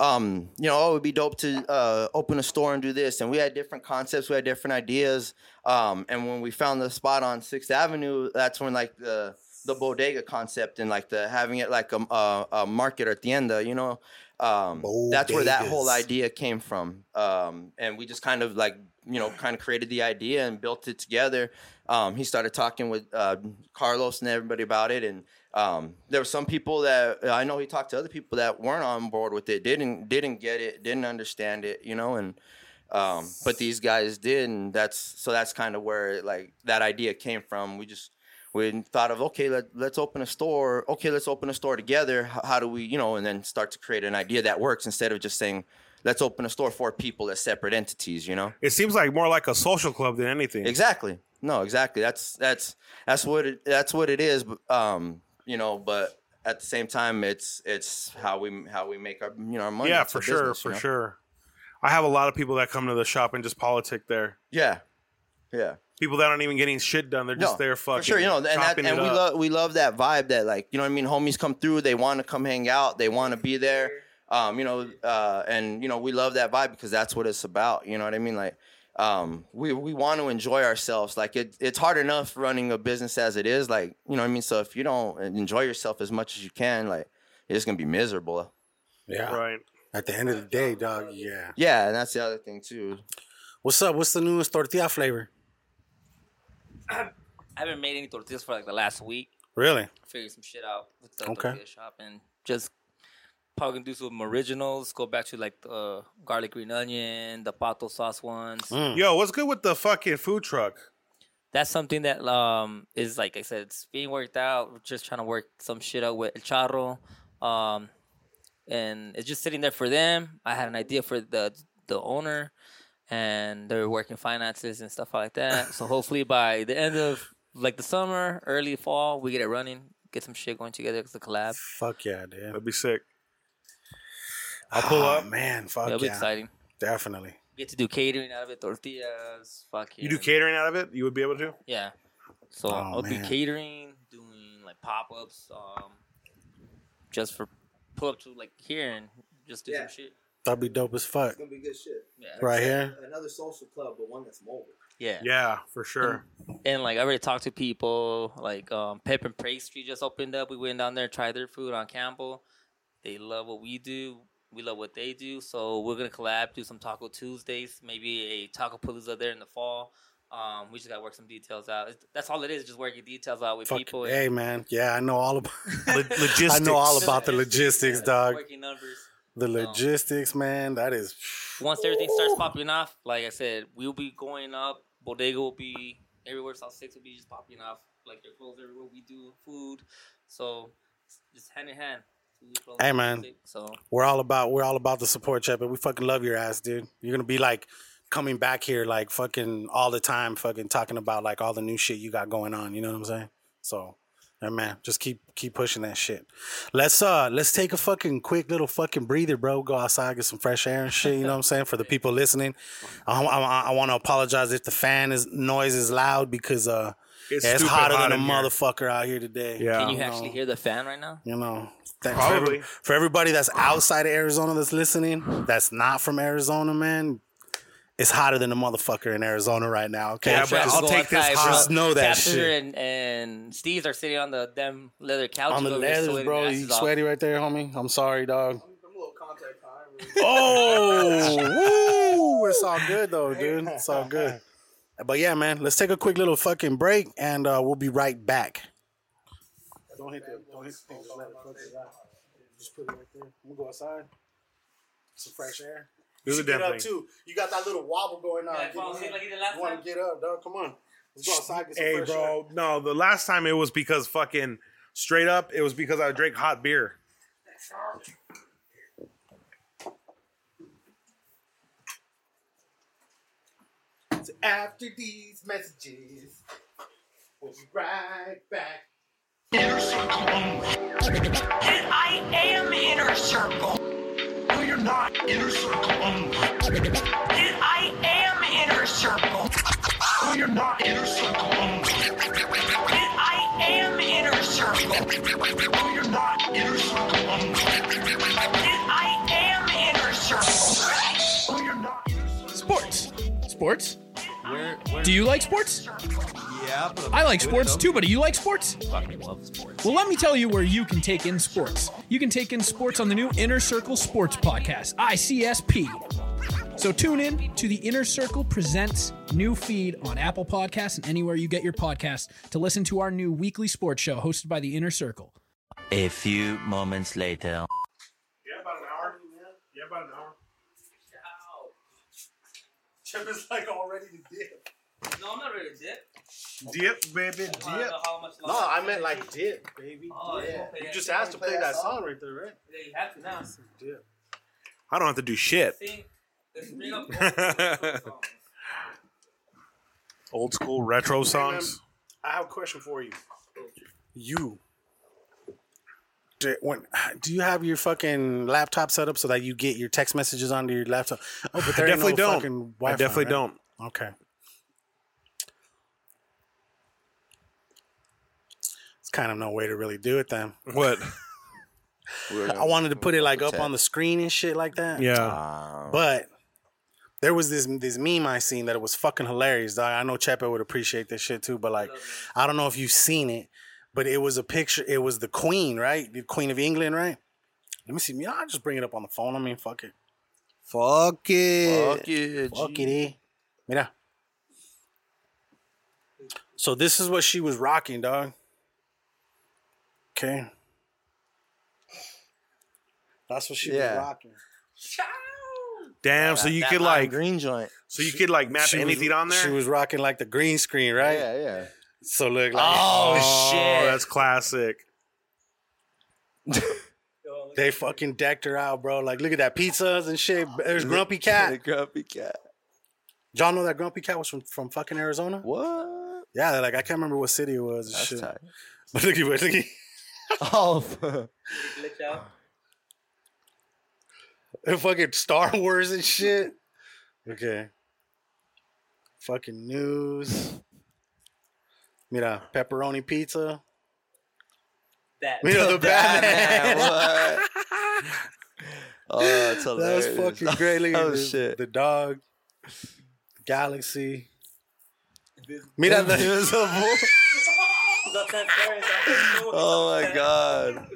S5: um, you know, oh, it'd be dope to uh, open a store and do this. And we had different concepts, we had different ideas. Um, and when we found the spot on Sixth Avenue, that's when like the the bodega concept and like the having it like a a, a market or tienda, you know, um, that's where that whole
S3: Bodegas.
S5: idea came from. Um, and we just kind of like you know kind of created the idea and built it together. Um, he started talking with uh, Carlos and everybody about it, and um, there were some people that I know he talked to other people that weren't on board with it, didn't didn't get it, didn't understand it, you know, and um, but these guys did, and that's so that's kind of where like that idea came from. We just we thought of okay, let, let's open a store. Okay, let's open a store together. How, how do we, you know, and then start to create an idea that works instead of just saying let's open a store for people as separate entities. You know,
S2: It seems like more like a social club than anything.
S5: exactly. No, exactly. That's that's that's what it, that's what it is. But, um, you know, but at the same time, it's it's how we how we make our you know our money.
S2: yeah,
S5: It's a
S2: for sure,
S5: business, you
S2: for
S5: know?
S2: sure. I have a lot of people that come to the shop and just politic there.
S5: Yeah, yeah.
S2: People that aren't even getting shit done. They're just there fucking
S5: for sure. You know, and, that,
S2: chopping
S5: and
S2: it
S5: we
S2: up.
S5: love we love that vibe that like you know what I mean. Homies come through. They want to come hang out. They want to be there. Um, you know, uh, and you know we love that vibe because that's what it's about. You know what I mean? Like, um, we we want to enjoy ourselves. Like it, it's hard enough running a business as it is. Like you know what I mean. So if you don't enjoy yourself as much as you can, like it's gonna be miserable.
S3: Yeah.
S2: right.
S3: At the end of the day, dog. Yeah.
S5: Yeah, and that's the other thing too.
S3: What's up? What's the newest tortilla flavor?
S10: I haven't made any tortillas for like the last week.
S3: Really?
S10: Figure some shit out with the
S3: Okay.
S10: tortilla shop and just probably gonna do some originals. Go back to like the uh, garlic green onion, the pato sauce ones.
S3: Hmm.
S2: Yo, what's good with the fucking food truck?
S10: That's something that um is like I said, it's being worked out. We're just trying to work some shit out with El Charro, um, and it's just sitting there for them. I had an idea for the the owner, and they're working finances and stuff like that. so hopefully by the end of like the summer, early fall, we get it running, get some shit going together. It's a collab.
S3: Fuck yeah, dude.
S2: That'd be sick. I'll pull
S3: Ah,
S2: up.
S3: man. Fuck
S10: That'll be
S3: yeah.
S10: exciting.
S3: Definitely.
S10: We get to do catering out of it, tortillas. Fuck
S2: You do catering out of it? You would be able to?
S10: Yeah. So
S3: Oh,
S10: I'll
S3: man.
S10: be catering, doing like pop ups, um, just for pull up to like here and just do
S5: Yeah.
S10: some shit.
S3: That'd be dope as fuck.
S5: gonna be good shit.
S10: Yeah.
S3: Right here.
S5: Another social club, but one that's mobile.
S10: Yeah.
S2: Yeah, for sure.
S3: Mm-hmm.
S10: And like I already talked to people, like um, Pep and Pastry just opened up. We went down there and tried their food on Campbell. They love what we do. We love what they do. So we're gonna collab, do some Taco Tuesdays, maybe a Taco Palooza there in the fall. Um, we just gotta work some details out. It's, that's all it is, just working details out with
S3: Fuck.
S10: people. and-
S3: Hey, man. Yeah, I know all about.
S2: Lo- logistics.
S3: I know all
S10: Just-
S3: about the
S10: it's-
S3: logistics,
S10: yeah,
S3: dog.
S10: Working numbers.
S3: The logistics, man. That is.
S10: once everything starts popping off, like I said, we'll be going up. Bodega will be everywhere. South Six will be just popping off. Like your clothes everywhere. We do food, so it's just hand in hand. Food, clothes,
S3: Hey, man.
S10: music, So
S3: We're all about. We're all about the support, Chep. And we fucking love your ass, dude. You're gonna be like coming back here, like fucking all the time, fucking talking about like all the new shit you got going on. You know what I'm saying? So. Hey man, just keep keep pushing that shit. Let's uh let's take a fucking quick little fucking breather, bro. Go outside, get some fresh air and shit. You know what I'm saying? For the people listening, I, I, I want to apologize if the fan is noise is loud because uh
S2: It's
S3: yeah, it's
S2: stupid
S3: hotter
S2: hot
S3: than
S2: in
S3: a
S2: here.
S3: motherfucker out here today.
S2: Yeah.
S10: can you
S3: no.
S10: actually hear the fan right now?
S3: You know, thank- for every-
S2: Probably.
S3: for everybody that's outside of Arizona that's listening, that's not from Arizona, man, it's hotter than a motherfucker in Arizona right now. Okay,
S2: Yeah,
S3: Just
S2: but I'll
S3: go
S2: take this
S3: outside,
S2: hot-
S3: Just know that
S10: Captain
S3: shit.
S10: and and Steve's are sitting on the damn leather couch.
S3: On the leathers, bro. You sweaty right there, homie. I'm sorry, dog. Oh, woo! It's all good though, dude. It's all good. But yeah, man, let's take a quick little fucking break, and uh, we'll be right back. Don't hit the, don't hit the, just put it right there. I'm gonna go outside. some fresh air.
S2: This is
S3: You should get
S2: damn
S3: up
S2: thing.
S3: too. You got that little wobble going on.
S4: Yeah, fall asleep like he did last
S3: you want
S4: time?
S3: to get up, dog? Come on, let's go outside. Get some
S2: Hey,
S3: fresh air.
S2: bro. No, the last time it was because fucking straight up, it was because I drank hot beer.
S3: So after these messages, we'll be right back.
S11: And I am inner circle. No, you're not inner circle only. And I am inner circle. No, you're not inner circle only. And I am inner circle. No, you're not inner circle only. And I am inner circle. No, you're not.
S12: Sports. Sports?
S11: Where,
S12: Do you like sports?
S11: Yeah,
S12: I like sports too, but do you like sports?
S10: Fucking love sports.
S12: Well, let me tell you where you can take in sports. You can take in sports on the new Inner Circle Sports Podcast, ICSP. So tune in to the Inner Circle Presents new feed on Apple Podcasts and anywhere you get your podcast to listen to our new weekly sports show hosted by the Inner Circle.
S13: A few moments later.
S2: Yeah, about an hour. Yeah, about an hour.
S3: Chip is like all ready to dip.
S4: No, I'm not ready to dip.
S2: Dip, baby,
S4: I wanna know how much
S3: No,
S4: longer
S3: I
S4: it's
S3: meant
S4: gonna
S3: like dip, baby.
S4: Oh,
S3: yeah.
S4: okay,
S3: You
S4: yeah.
S3: just asked to play that song right there, right?
S4: Yeah, you have to now.
S3: Dip.
S2: I don't have to do shit.
S4: See, let's bring up.
S2: Old school retro songs.
S3: I have a question for you. You. Do, when, do you have your fucking laptop set up so that you get your text messages onto your laptop? Oh, but
S2: I
S3: there ain't
S2: definitely
S3: no
S2: don't.
S3: fucking
S2: I
S3: Wi-Fi,
S2: definitely
S3: right?
S2: don't.
S3: Okay. It's kind of no way to really do it then.
S2: What?
S3: I wanted to put it like up on the screen and shit like that.
S2: Yeah.
S3: But there was this this meme I seen that it was fucking hilarious. Dog. I know Chepe would appreciate this shit too, but like I don't know if you've seen it, but it was a picture. It was the Queen, right? The Queen of England, right? Let me see. Yeah, I'll just bring it up on the phone. I mean, fuck it. Fuck it. Fuck it. Fuck it. eh? Mira. So this is what she was rocking, dog. Okay. That's what she
S5: Yeah.
S3: was rocking.
S2: Damn, so
S3: That-
S2: you
S3: that
S2: could
S3: lime
S2: like
S5: green joint.
S2: So you could like map
S3: She was-
S2: anything on there.
S3: She was rocking like the green screen, right?
S5: Yeah, yeah.
S3: So look like
S2: Oh, That's classic.
S3: They fucking decked her out, bro. Like, look at that pizzas and shit. There's Grumpy Cat.
S5: Grumpy Cat.
S3: Y'all know that Grumpy Cat was from, from fucking Arizona? What? Yeah, like I can't remember what city it was and shit. But look at what look at Oh
S4: Glitch out.
S3: fucking Star Wars and shit. Okay. Fucking news. Mira, pepperoni pizza.
S4: That.
S3: Mira the Batman.
S5: Oh, that's hilarious.
S3: That was fucking great. Look at
S5: Oh,
S3: this.
S5: shit.
S3: The dog, galaxy. Mira the
S5: invisible.
S11: Oh my
S5: god.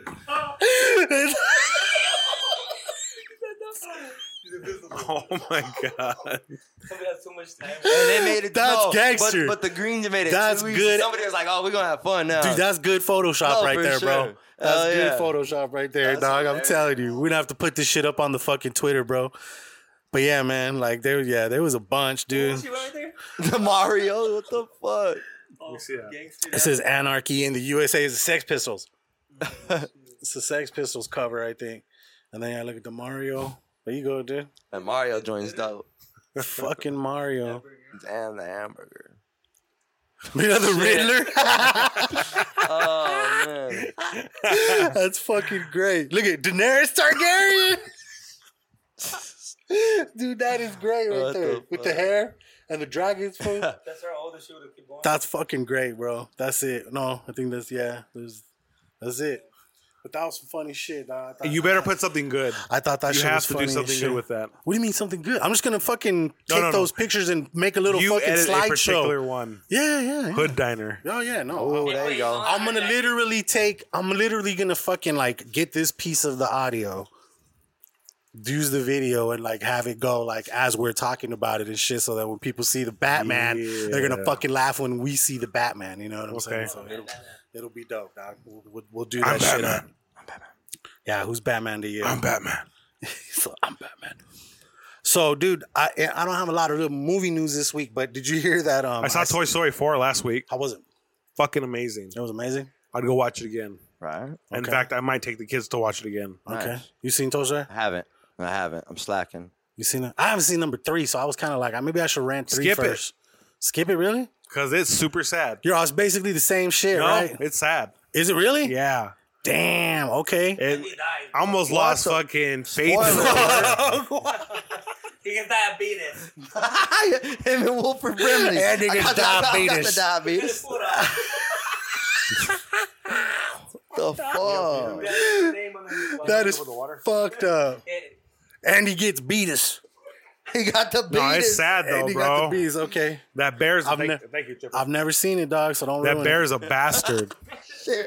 S2: Oh my god.
S4: Somebody has too much time.
S5: And they made it.
S3: That's
S5: no, but-
S3: gangster.
S5: But, the Greens made it.
S3: That's
S5: too easy.
S3: good.
S5: Somebody was like, "Oh, we're gonna have fun now."
S3: Dude, that's good Photoshop
S5: No,
S3: right
S5: for
S3: there, bro.
S5: sure.
S3: That's
S5: Hell
S3: good
S5: yeah.
S3: Photoshop right there, dog. I'm telling you, we're gonna have to put this shit up on the fucking Twitter, bro. But yeah, man, like there, yeah, there was a bunch, dude.
S5: the Mario. What the fuck?
S3: It says anarchy in the USA is the Sex Pistols. it's the Sex Pistols cover, I think. And then I look at the Mario. There you go, dude.
S5: And Mario joins dope.
S3: Fucking Mario.
S5: Damn the hamburger.
S3: Mira the
S5: Shit.
S3: Riddler.
S5: oh man.
S3: That's fucking great. Look at Daenerys Targaryen. Dude, that is great right
S11: What the
S3: there. With the
S11: fuck?
S3: hair and the dragons. fool.
S4: That's our older shooter. Keep going.
S3: that's fucking great, bro. That's it. No, I think that's yeah. There's, that's it. But that was some funny shit. Dog. I thought-
S2: You better put something good.
S3: I thought that
S2: you
S3: shit
S2: have
S3: was
S2: to
S3: funny
S2: do
S3: as
S2: something
S3: shit.
S2: good with that.
S3: What do you mean something good? I'm just gonna fucking
S2: No,
S3: take
S2: no, no.
S3: those pictures and make a little
S2: you
S3: fucking
S2: edit a particular
S3: slideshow.
S2: one.
S3: Yeah, yeah, yeah.
S2: Hood diner.
S3: Oh yeah, no.
S2: Oh,
S3: I'm-
S2: there you go.
S3: I'm gonna literally take. I'm literally gonna fucking like get this piece of the audio, use the video, and like have it go like as we're talking about it and shit, so that when people see the Batman, they're gonna
S2: Yeah.
S3: fucking laugh when we see the Batman. You know what I'm
S2: Okay.
S3: saying? So it'll, it'll be dope, dog. We'll, we'll, we'll do that shit. up. Yeah, who's Batman to you? I'm
S2: Batman.
S3: He's like, I'm Batman. So, dude, I I don't have a lot of little movie news this week, but did you hear that? Um,
S2: I saw Toy Story 4 last week.
S3: How was it?
S2: Fucking amazing. It
S3: was amazing.
S2: I'd go watch it again.
S5: Right.
S2: In
S5: Okay.
S2: fact, I might take the kids to watch it again.
S3: You seen Toy Story? I
S5: haven't. I haven't. I'm slacking.
S3: You seen it? I haven't seen number three, so I was kind of like, maybe I should rant three
S2: Skip it.
S3: first. Skip it, really?
S2: Because it's super sad.
S3: You're it's basically the same shit,
S2: no,
S3: right?
S2: it's sad.
S3: Is it really?
S2: Yeah.
S3: Damn. Okay.
S2: I almost
S3: What
S2: lost
S3: the-
S2: fucking faith.
S4: He gets diabetes.
S5: Him and Wilford Brimley.
S3: That nigga's
S5: I got the- I got
S3: diabetes.
S5: the diabetes. the fuck?
S3: that is fucked up. And he gets beatus.
S5: He got the
S2: No, it's sad though,
S3: And he got
S2: bro.
S3: the bees, okay.
S2: That bear's
S3: I've
S2: thank,
S3: ne-
S2: thank you, Chipper.
S3: I've never seen it, dog. So don't.
S2: That
S3: ruin
S2: bear's
S3: it.
S2: a bastard.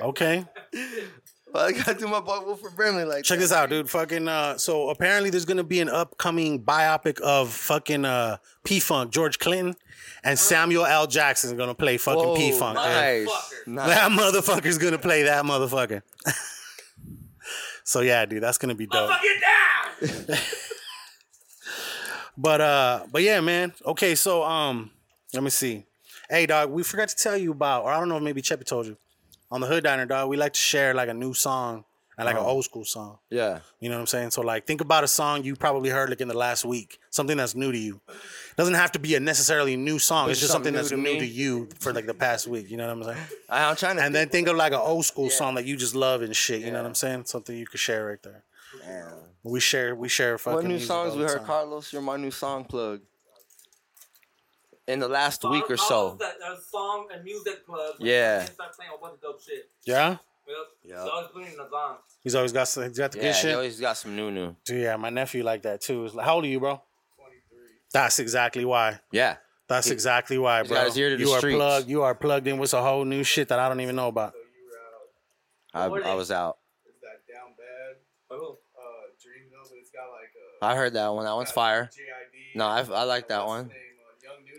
S3: Okay.
S5: Well, I got to do my boy Wilford Brimley like
S3: Check
S5: that.
S3: this out, dude. Fucking. Uh, so apparently, there's gonna be an upcoming biopic of fucking uh, P Funk, George Clinton, and Samuel L. Jackson is gonna play fucking
S5: Whoa,
S3: P Funk. eh?
S5: Nice. nice.
S3: That motherfucker's gonna play that motherfucker. so yeah, dude, that's gonna be dope. but uh, but yeah, man. Okay, so um, let me see. Hey, dog, we forgot to tell you about, or I don't know, if maybe Cheppy told you. On the Hood Diner, dog, we like to share like a new song and like an
S5: Uh-huh.
S3: old school song.
S5: Yeah.
S3: You know what I'm saying? So like, think about a song you probably heard like in the last week, something that's new to you. Doesn't have to be a necessarily new song.
S5: But
S3: It's just something, that's
S5: something new to
S3: new
S5: me.
S3: to you for like the past week. You know what I'm saying?
S5: I, am trying to.
S3: And then think of like an old school song that you just love and shit. You know what I'm saying? Something you could share right there. We share. We share. Fucking
S5: What new
S3: music
S5: songs
S3: all
S5: we
S3: the
S5: heard,
S3: time.
S5: Carlos? You're my new song plug. In the last week or so.
S4: That, that song and music club.
S5: Yeah.
S4: And start playing a bunch of dope shit.
S3: Yeah.
S4: Yep.
S5: Yep.
S4: So I was putting in the song.
S3: He's always got. He's got the
S5: Yeah,
S3: good
S5: he
S3: shit.
S5: always got some new new.
S3: Dude, yeah, my nephew like that too. It's like, how old are you, bro? Twenty-three. That's exactly why.
S5: Yeah.
S3: That's
S5: He-
S3: exactly why,
S5: he's
S3: bro.
S5: got his ear to the
S3: you are
S5: streets.
S3: plugged. You are plugged in with a whole new shit that I don't even know about.
S5: I, I was out.
S8: Is that down bad? Uh, Dreamville, but it's got like a
S5: I heard that one. That one's fire. No, I, I like that one.
S8: uh,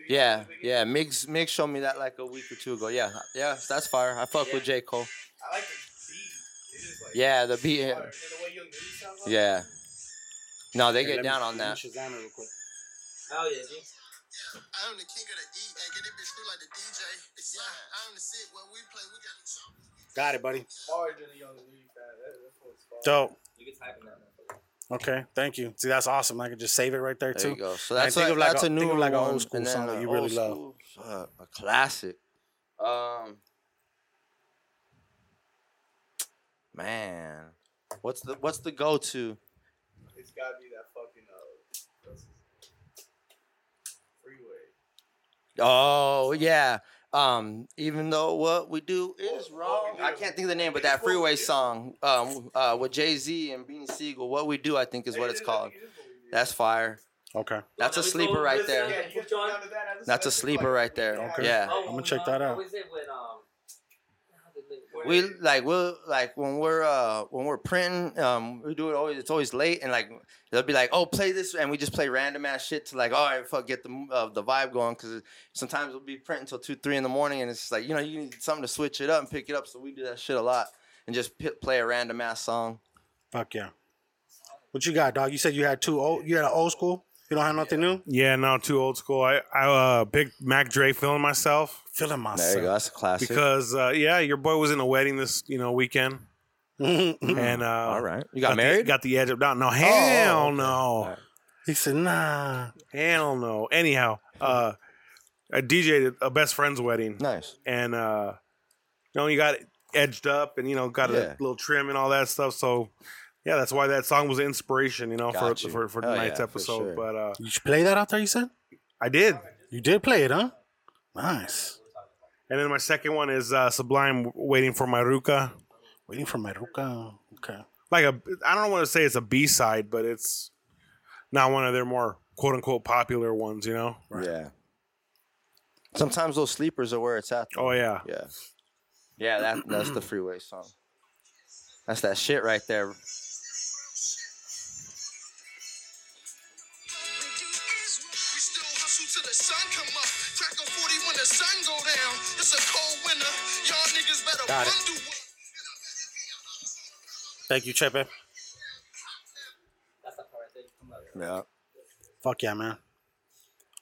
S5: Yeah, yeah. Migs, Migs showed me that like a week or two ago. Yeah, yeah. That's fire. I fuck with J Cole.
S8: I like the
S5: Yeah, the beat. hit- Yeah. No, they get down on that.
S4: Hell yeah, G.
S11: I'm the king of the E, and get it bitch screwed like the DJ. It's yeah, I'm the sick when we play, we got the chop.
S3: Got it, buddy.
S8: large in the young league. That, that, that's what's fun.
S3: Dope.
S4: You can type in that.
S3: Okay, thank you. See, that's awesome. I can just save it right there
S5: There
S3: too.
S5: you go. So
S3: And
S5: that's
S3: think
S5: like,
S3: of like
S5: that's
S3: a,
S5: a new
S3: think of like an
S5: one,
S3: old school
S5: and then
S3: song
S5: a
S3: that you really
S5: old
S3: love.
S5: school, uh, a classic. Um, man, what's the what's the go to?
S8: It's gotta be that fucking uh, what's his- freeway.
S5: Oh yeah. Um, even though what we do is wrong. I can't think of the name, but that freeway song, um, uh, with Jay Z and Beanie Siegel, "What We Do," I think is what it's called. That's fire.
S3: Okay.
S5: That's a sleeper right
S4: Yeah,
S5: there.
S4: you put on.
S5: That's a sleeper right there.
S3: Okay.
S5: Yeah.
S4: Oh,
S3: I'm gonna check that
S4: uh,
S3: out.
S4: What is it when um?
S5: we like we'll like when we're uh when we're printing um we do it always it's always late and like they'll be like oh play this and we just play random ass shit to like all right fuck get the uh, the vibe going because sometimes we'll be printing till two three in the morning and it's just like you know you need something to switch it up and pick it up so we do that shit a lot and just p- play a random ass song
S3: Fuck yeah. What you got, dog? You said you had two old. You had an old school. You don't have nothing new.
S2: Yeah, no, too old school. I I uh, picked Mac Dre feeling myself.
S3: Feeling
S5: there you go that's a classic
S2: Because uh, yeah, your boy was in a wedding this you know weekend.
S3: Hmm.
S2: and uh, all
S5: right, you got,
S2: married. got the edge up down. No, hell no,
S3: He said, "Nah,
S2: hell no." Anyhow, uh, I DJed at a best friend's wedding.
S5: Nice.
S2: And uh, you know, you got it edged up, and you know, got
S5: Yeah.
S2: a little trim and all that stuff. So yeah, that's why that song was an inspiration. You know, for,
S5: Got you.
S2: for for
S5: Hell
S2: tonight's
S5: yeah, for
S2: episode.
S5: sure.
S2: But uh,
S3: You should play that out there. You said
S2: I did.
S3: you did play it, huh? Nice.
S2: And then my second one is uh, Sublime, waiting for my Ruka.
S3: Waiting for my Ruka. Okay.
S2: Like a, I don't want to say it's a B side, but it's not one of their more quote unquote popular ones. You know?
S5: yeah sometimes those sleepers are where it's at
S2: Oh yeah.
S5: Yeah. yeah that that's the freeway song that's that shit right there
S11: We still hustle till the sun come up. Crack a 40 when the sun go down. It's a cold winter. Y'all niggas better
S3: Got it.
S11: bundle up.
S3: Thank you, Chepe. Yeah. Fuck yeah, man.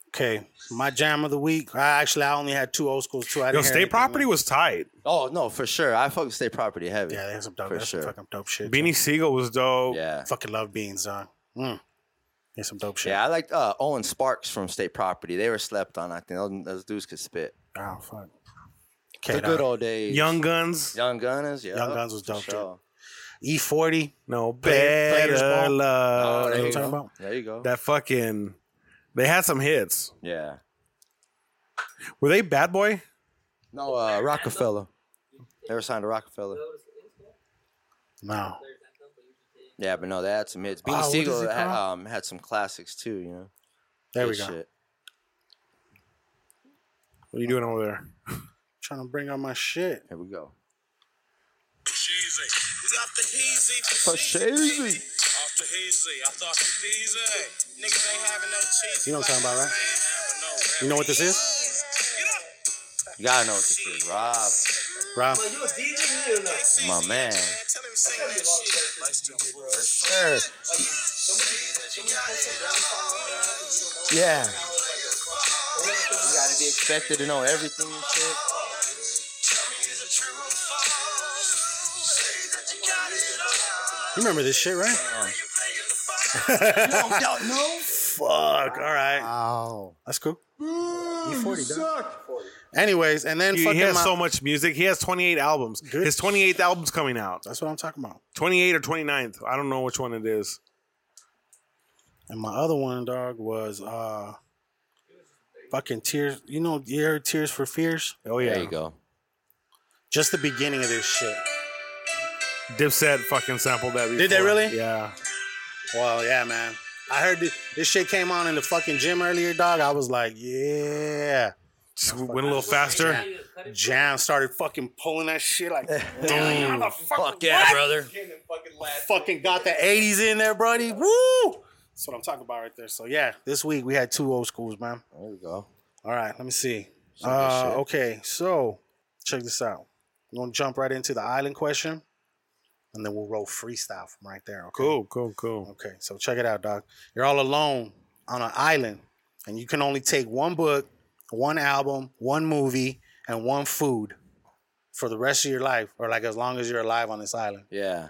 S3: Okay, my jam of the week. I actually I only had two old schools too. I didn't
S2: Yo,
S3: hear
S2: State
S3: anything.
S2: Property was tight.
S5: Oh no, for sure. I fuck with State Property heavy. Yeah,
S3: that's some dope.
S5: For
S3: that's
S5: sure.
S3: some fucking dope shit.
S2: Beanie Siegel was dope.
S5: Yeah.
S3: Fucking love beans, huh? Mm. There's some dope shit.
S5: Yeah, I liked uh, Owen Sparks from State Property. They were slept on. I think those, those dudes could spit.
S3: Oh fuck.
S5: the
S3: dog.
S5: good old days.
S3: Young Guns.
S5: Young Gunners. Yeah.
S3: Young Guns was dope,
S5: for
S3: E forty.
S2: No
S3: Play- Players
S2: better
S3: Ball.
S2: love.
S3: Oh, there you That's what I'm go. talking
S5: There you go.
S2: That fucking. They had some hits.
S5: Yeah.
S2: Were they Bad Boy?
S5: No, uh, Rockefeller. They were signed to Rockefeller.
S3: No.
S5: Yeah, but no, they had some hits. Beanie
S3: Oh, what is
S5: Siegel
S3: it
S5: had,
S3: called?
S5: um, had some classics too. You know.
S3: There we
S5: Good
S3: go.
S5: shit.
S2: What are you doing over there?
S3: Trying to bring out my shit.
S5: Here we go.
S3: Fashazy. You know what I'm talking about, right? You know what this is?
S5: You gotta know what this is, Rob.
S3: Rob.
S5: My man.
S11: Sure.
S5: Yeah. You gotta be expected to know everything and shit.
S3: You remember this shit, right?
S11: No, no, no.
S3: Fuck. All right. Wow. That's cool. You 40, dog. Anyways, and then
S2: He, he
S3: fucking
S2: has
S3: my-
S2: so much music. He has 28 albums. His 28th album's coming out.
S3: That's what I'm talking about.
S2: 28 or 29th. I don't know which one it is.
S3: And my other one, dog, was uh fucking tears. You know, you heard Tears for Fears?
S2: Oh yeah. There you
S5: go.
S3: Just the beginning of this shit.
S2: Dipset fucking sampled that. Before.
S3: Did they really?
S2: Yeah.
S3: Well, yeah, man. I heard this, this shit came on in the fucking gym earlier, dog. I was like, yeah.
S2: Just went a little faster.
S3: Jam started fucking pulling that shit like, damn, how the fuck,
S10: yeah,
S3: what?
S10: brother.
S3: Fucking got the 80s in there, buddy. Woo! That's what I'm talking about right there. So, yeah, this week we had two old schools, man.
S5: There we go.
S3: All right, let me see.
S5: Some good
S3: Uh,
S5: shit.
S3: okay, so check this out. We're going to jump right into the island question, and then we'll roll freestyle from right there. Okay?
S2: Cool, cool, cool.
S3: Okay, so check it out, Doc. You're all alone on an island, and you can only take one book, one album, one movie, and one food for the rest of your life, or like as long as you're alive on this island.
S5: Yeah.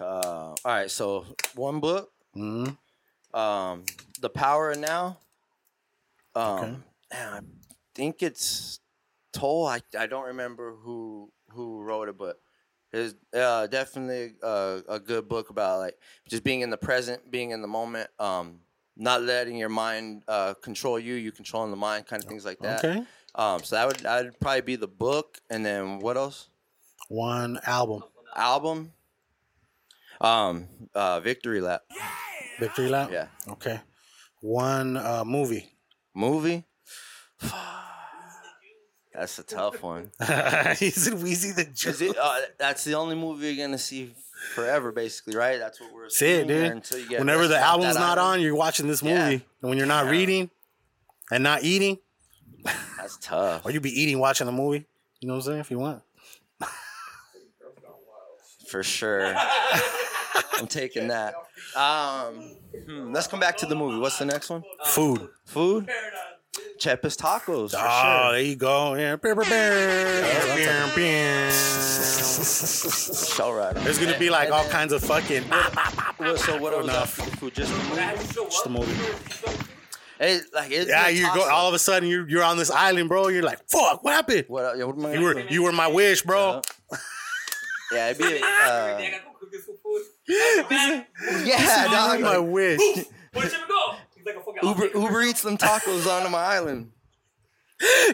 S5: Uh, all right, so one book. Um, the Power of Now. Um, and I think it's Toll. I, I don't remember who who wrote it, but it's uh, definitely uh, a good book about like just being in the present, being in the moment, um, not letting your mind uh, control you. You controlling the mind, kind of things like that.
S3: Okay.
S5: Um, so that would that would probably be the book, and then what else?
S3: One album.
S5: album. Um, uh, Victory Lap.
S3: Victory Lap.
S5: Yeah.
S3: Okay. One uh, movie.
S5: Movie. That's a tough one.
S3: Is it Weezy the Jew?
S5: Is it, uh, that's the only movie you're gonna see forever, basically, right? That's what we're
S3: That's it,
S5: assuming here
S3: dude.
S5: Until you get
S3: Whenever the
S5: that
S3: album's not on,
S5: island.
S3: you're watching this movie.
S5: Yeah.
S3: And when you're not reading and not eating,
S5: that's tough.
S3: Or you be eating watching the movie. You know what I'm saying? If you want.
S5: for sure. I'm taking that. Um, hmm, let's come back to the movie. What's the next one?
S3: Food.
S5: Food. Chepa's tacos. For
S3: oh,
S5: sure.
S3: there you go. Yeah. Brr, brr, brr. Brr, brr.
S5: All right.
S3: There's gonna be like all kinds of fucking.
S5: Well, so what was that
S3: Enough.
S5: food? food? Just the movie?
S3: Just the movie.
S5: It, like, it's
S3: Yeah,
S5: a
S3: you go.
S5: toss-up.
S3: All of a sudden, you you're on this island, bro. You're like, fuck, what happened?
S5: What, uh, yeah, what am I
S3: you
S5: gonna
S3: were
S5: do?
S3: you were my wish, bro.
S5: Yeah, it'd be. Uh, yeah,
S3: You
S5: dog.
S3: were my wish.
S5: Uber Uber eats them tacos onto my island.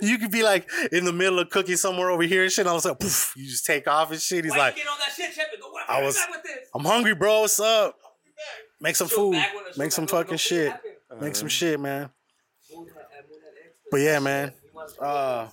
S3: you could be like in the middle of cooking somewhere over here and shit. And all of a sudden, poof, you just take off and shit. He's like,
S4: get on that shit, Chip, and go, what-
S3: I was,
S4: what's up with this?
S3: I'm hungry, bro. What's up? Make some
S4: Show
S3: food.
S4: back when I- show
S3: Make
S4: back
S3: some
S4: when I
S3: fucking
S4: go,
S3: shit.
S4: what
S3: Make some
S4: happened? Uh-huh.
S3: shit, man. But yeah, man. Uh,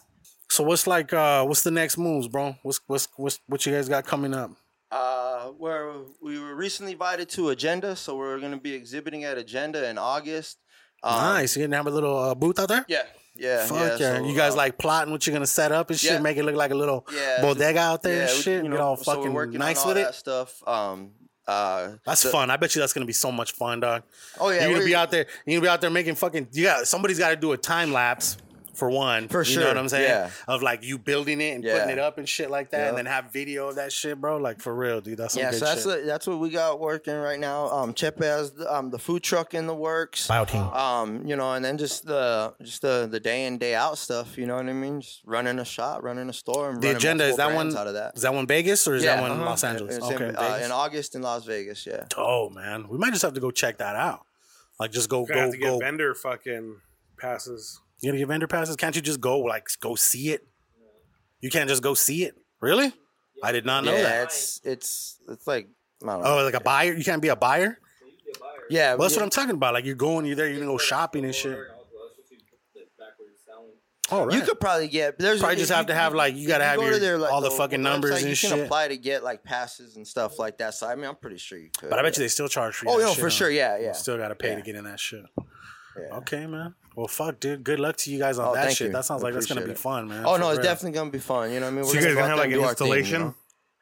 S3: so what's like? Uh, what's the next moves, bro? What's what's what's what you guys got coming up?
S5: Uh, where we were recently invited to Agenda, so we're going to be exhibiting at Agenda in August. Um,
S3: nice. You gonna have a little uh, booth out there?
S5: Yeah, yeah,
S3: Fuck yeah!
S5: so,
S3: you guys
S5: uh,
S3: like plotting what you're gonna set up and shit,
S5: yeah.
S3: make it look like a little
S5: yeah,
S3: bodega out there
S5: yeah,
S3: and
S5: we-
S3: shit.
S5: you
S3: Get
S5: know,
S3: all
S5: so we're
S3: fucking
S5: working on
S3: nice
S5: all
S3: with
S5: that
S3: it.
S5: Stuff. Um, Uh,
S3: That's
S5: the-
S3: fun. I bet you that's gonna be so much fun, dog.
S5: Oh, yeah,
S3: you're gonna
S5: we're-
S3: be out there. You're gonna be out there making fucking. You got somebody's got to do a time lapse for one.
S5: For
S3: you
S5: sure,
S3: know what I'm saying?
S5: yeah.
S3: Of like you building it and
S5: Yeah.
S3: putting it up and shit like that, and
S5: Yep.
S3: then have video of that shit, bro. Like for real, dude. That's some
S5: yeah,
S3: good
S5: so that's
S3: shit.
S5: what- that's what we got working right now. Um, Chepe has the, um, the food truck in the works.
S3: Biotin.
S5: Um, you know, and then just the just the the day in day out stuff. You know what I mean? Just running a shop, running a store. And
S3: the
S5: running
S3: agenda is
S5: multiple
S3: that
S5: brands
S3: one.
S5: Out of that.
S3: Is that one Vegas or is
S5: Yeah,
S3: that one
S5: uh-huh.
S3: Los Angeles?
S5: It's in-
S3: okay,
S5: uh, in
S3: Vegas.
S5: August in Las Vegas. Yeah.
S3: Oh man, we might just have to go check that out. Like just go
S2: We're gonna
S3: go
S2: have to get
S3: go.
S2: vendor fucking passes.
S3: You gotta get vendor passes. Can't you just go like go see it? You can't just go see it. Really? I did not know
S5: yeah,
S3: that.
S5: it's it's it's like I don't know.
S3: Oh, like a buyer? You can't be a buyer?
S5: yeah.
S3: Well, that's
S5: yeah.
S3: what I'm talking about. Like you're going, you're there, you're gonna go shopping and shit. Oh, right.
S5: You could probably get. There's
S3: Probably
S5: if
S3: just have to have, like, you gotta
S5: if
S3: have
S5: go to
S3: your-
S5: like,
S3: all the fucking numbers
S5: website,
S3: and
S5: you can
S3: shit.
S5: apply to get like passes and stuff like that. So I mean, I'm pretty sure you could.
S3: But I bet
S5: yeah.
S3: you they still charge for you.
S5: Oh,
S3: that
S5: no,
S3: shit,
S5: for
S3: huh?
S5: sure. Yeah,
S3: You
S5: yeah.
S3: still gotta pay
S5: Yeah.
S3: to get in that shit.
S5: Yeah.
S3: Okay, man. Well, fuck, dude. Good luck to you guys on
S5: Oh,
S3: that
S5: thank
S3: shit.
S5: you.
S3: That sounds like that's gonna
S5: Appreciate
S3: be
S5: it.
S3: fun, man.
S5: Oh
S3: for
S5: no, it's
S3: real.
S5: definitely gonna be fun. You know what I mean?
S2: So you guys
S5: go
S2: gonna
S5: out
S2: have
S5: there
S2: like
S5: and
S2: an
S5: do our thing, you
S2: installation?
S5: know?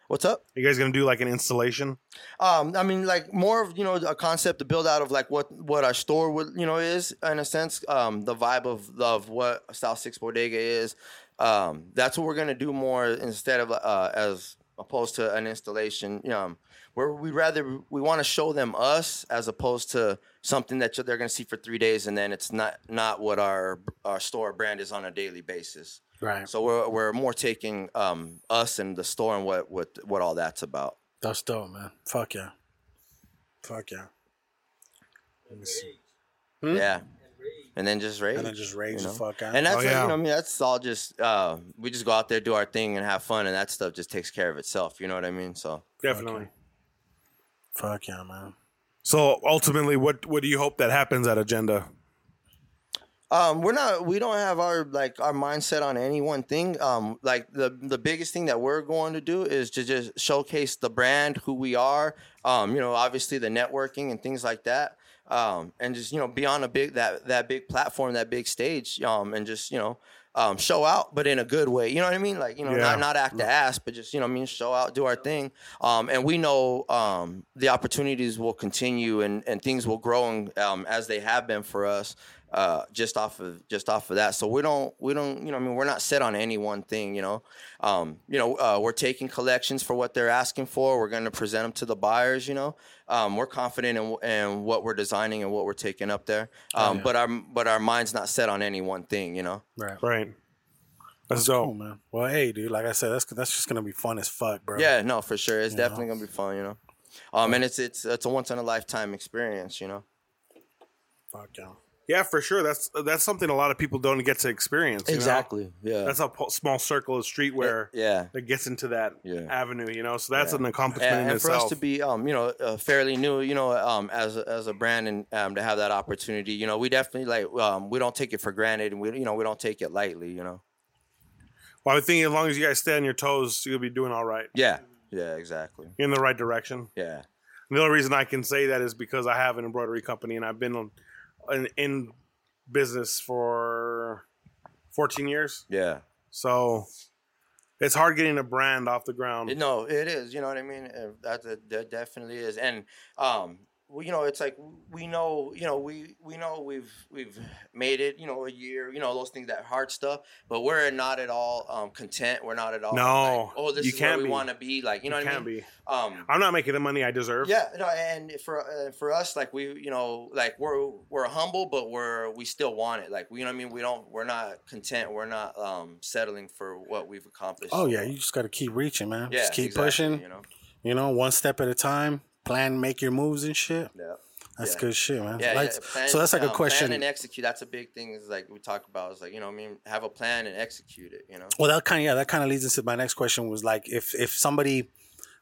S5: What's up?
S2: You guys gonna do like an installation?
S5: Um, I mean, like more of you know a concept to build out of like what what our store would you know is in a sense. Um, the vibe of of what South Six Bodega is. Um, that's what we're gonna do more instead of uh, as opposed to an installation. You know, um, where we rather we want to show them us as opposed to something that they're gonna see for three days and then it's not not what our our store brand is on a daily basis.
S3: Right.
S5: So we're we're more taking um us and the store and what what what all that's about.
S3: That's dope, man. Fuck yeah. Fuck yeah. Let me see. Hmm?
S5: Yeah. And then just rage.
S3: And then just rage the
S5: you know?
S3: fuck out.
S5: And that's
S3: Oh,
S5: like,
S3: yeah.
S5: you know, what I mean, that's all just uh, we just go out there, do our thing, and have fun, and that stuff just takes care of itself. You know what I mean? So
S2: Definitely.
S3: Fuck yeah, man.
S2: So ultimately, what what do you hope that happens at Agenda?
S5: Um, we're not. We don't have our like our mindset on any one thing. Um, like the the biggest thing that we're going to do is to just showcase the brand, who we are. Um, you know, obviously the networking and things like that. Um, and just you know, be on a big that that big platform, that big stage. Um, and just you know, um, show out, but in a good way. You know what I mean? Like you know,
S14: Yeah.
S5: not not act the ass, but just you know, what I mean, show out, do our thing. Um, and we know um the opportunities will continue and and things will grow and um as they have been for us uh, just off of just off of that. So we don't we don't you know I mean we're not set on any one thing. You know, um, you know uh, we're taking collections for what they're asking for. We're going to present them to the buyers. You know, um, we're confident in, in what we're designing and what we're taking up there.
S2: Oh,
S5: Um,
S2: yeah.
S5: But our but our mind's not set on any one thing. You know.
S3: Right.
S2: Right.
S3: That's dope, man. Well, hey, dude. Like I said, that's that's just gonna be fun as fuck, bro.
S5: Yeah, no, for sure. It's
S3: You know?
S5: definitely gonna be fun, you know. Um, and it's it's it's a once in a lifetime experience, you know.
S3: Fuck yeah.
S2: Yeah, for sure. That's that's something a lot of people don't get to experience. you know?
S5: Exactly, yeah. Eh,
S2: That's a po- small circle of streetwear.
S5: yeah.
S2: That gets into that
S5: Yeah.
S2: avenue. You know, so that's an accomplishment
S5: And,
S2: in
S5: and for
S2: itself.
S5: us to be, um, you know, uh, fairly new, you know, um, as a, as a brand and um, to have that opportunity, you know, we definitely like um, we don't take it for granted, and we you know we don't take it lightly, you know.
S2: well, I think as long as you guys stay on your toes, you'll be doing all right.
S5: Yeah, yeah, exactly.
S2: You're in the right direction.
S5: Yeah.
S2: The only reason I can say that is because I have an embroidery company and I've been on- in, in business for 14 years.
S5: Yeah.
S2: So it's hard getting a brand off the ground.
S5: Um, No, it is. You know what I mean? Uh, That, that, that definitely is. And um, well, you know, it's like we know. You know, we we know we've we've made it. You know, a year. You know, those things that hard stuff. But we're not at all um, content. We're not at all.
S2: No,
S5: like, oh, this
S2: you
S5: is
S2: can't
S5: where we
S2: be.
S5: want to be. Like you know
S2: You
S5: what I
S2: can't
S5: mean?
S2: be.
S5: Um,
S2: I'm not making the money I deserve.
S5: yeah, no, and for uh, for us, like we, you know, like we're we're humble, but we're we still want it. Like we, you know, what I mean, we don't, we're not content, we're not um settling for what we've accomplished.
S3: Oh yeah, you just gotta keep reaching, man.
S5: Yeah,
S3: just keep
S5: exactly,
S3: pushing.
S5: you know.
S3: You know, one step at a time. Plan, make your moves and shit.
S5: Yeah.
S3: That's
S5: Yeah.
S3: good shit, man.
S5: Yeah,
S3: Like-
S5: yeah, plan-
S3: so that's like
S5: um,
S3: a question.
S5: Plan and execute. That's a big thing. Is like we talk about. Is like you know, what I mean, have a plan and execute it. You know.
S3: Well, that kind of yeah, that kind of leads into my next question was like if if somebody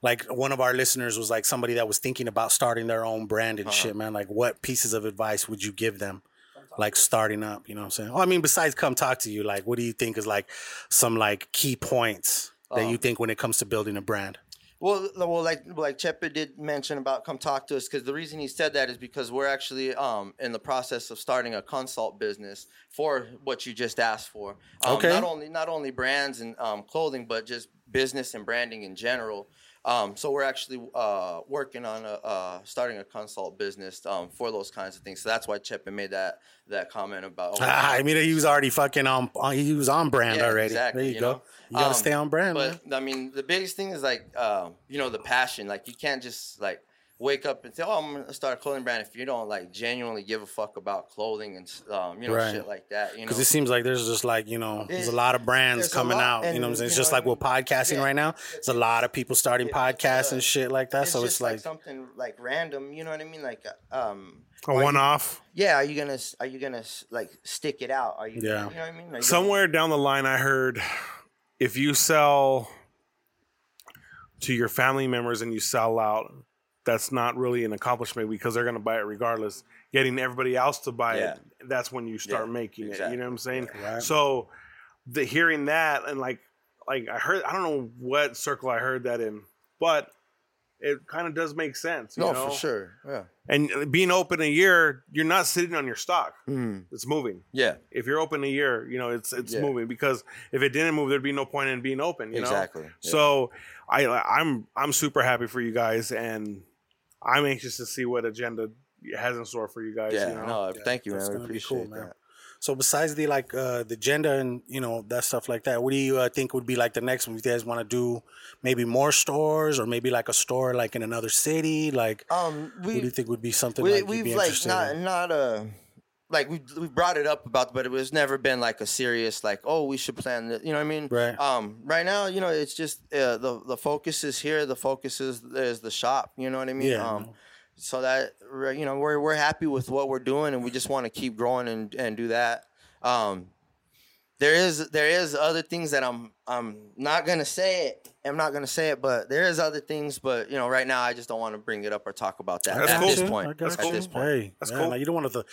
S3: like one of our listeners was like somebody that was thinking about starting their own brand
S5: Uh-huh.
S3: and shit, man, like what pieces of advice would you give them? Like starting up, you know what I'm saying? Well, I mean, besides come talk to you, like what do you think is like some like key points
S5: Um.
S3: that you think when it comes to building a brand?
S5: Well, l- well, like like Chepa did mention about come talk to us because the reason he said that is because we're actually um in the process of starting a consult business for what you just asked for. Um,
S14: Okay.
S5: Not only not only brands and um, clothing, but just business and branding in general. Um, so we're actually uh, working on a, uh, starting a consult business um, for those kinds of things. So that's why Chep made that that comment about. oh,
S3: Ah, I mean, he was already fucking on. on- He was on brand
S5: Yeah,
S3: already.
S5: exactly,
S3: there you,
S5: you
S3: go.
S5: know?
S3: You gotta
S5: Um,
S3: stay on brand, man.
S5: But I mean, the biggest thing is like, um, you know, the passion. Like, you can't just like wake up and say, "Oh, I'm gonna start a clothing brand." If you don't like genuinely give a fuck about clothing and um, you know,
S3: Right.
S5: shit like that, you know.
S3: Because it seems like there's just like, you know, there's a
S5: It-
S3: lot of brands
S5: there's a
S3: coming
S5: lot,
S3: out. You
S5: and,
S3: know what I'm saying? It's
S5: you
S3: just
S5: know,
S3: like we're podcasting right now. It's a lot of people starting podcasts and shit like that. so
S5: uh, just
S3: it's like,
S5: something like random. You know what I mean? Like, uh, um,
S2: A one off.
S5: yeah. Are you gonna s- are you gonna s- like stick it out? Are you?
S2: Yeah.
S5: You know what I mean? Are you gonna-
S2: Somewhere down the line, I heard if you sell to your family members and you sell out, that's not really an accomplishment because they're going to buy it regardless. Getting everybody else to buy it, that's when you start making it. You know what I'm saying? So, the hearing that and like, like I heard, I don't know what circle I heard that in, but it kind of does make sense. You
S5: no,
S2: know?
S5: for sure. Yeah.
S2: And uh, being open a year, you're not sitting on your stock. It's moving.
S5: Hmm. Yeah.
S2: If you're open a year, you know it's it's
S5: Yeah.
S2: moving because if it didn't move, there'd be no point in being open. You know?
S5: Exactly, yeah.
S2: So I I'm I'm super happy for you guys, and I'm anxious to see what agenda has in store for you guys.
S5: Yeah,
S2: you know?
S5: no, thank you,
S3: that's
S5: man. We
S3: gonna be
S5: appreciate
S3: cool, man.
S5: that.
S3: so besides the like, uh, the gender and, you know, that stuff like that, what do you uh, think would be like the next one? If you guys want to do maybe more stores or maybe like a store like in another city? Like,
S5: um,
S3: what do you think would be something
S5: we,
S3: like you'd
S5: we've
S3: be
S5: like
S3: interested
S5: not
S3: in?
S5: not a like we we brought it up about, but it was never been like a serious like oh we should plan this. You know what I mean?
S3: Right.
S5: Um. Right now, you know, it's just uh, the the focus is here. The focus is is the shop. You know what I mean?
S3: Yeah, I
S5: Um, so that right, you know we're we're happy with what we're doing, and we just want to keep growing and and do that. Um. There is there is other things that I'm I'm not gonna say it. I'm not gonna say it, but there is other things. But you know, right now I just don't want to bring it up or talk about that
S3: That's
S5: at
S3: cool.
S5: this
S3: Yeah, I
S5: point.
S3: got
S5: at
S3: you.
S5: this point.
S3: Hey, that's cool. Like, you don't want to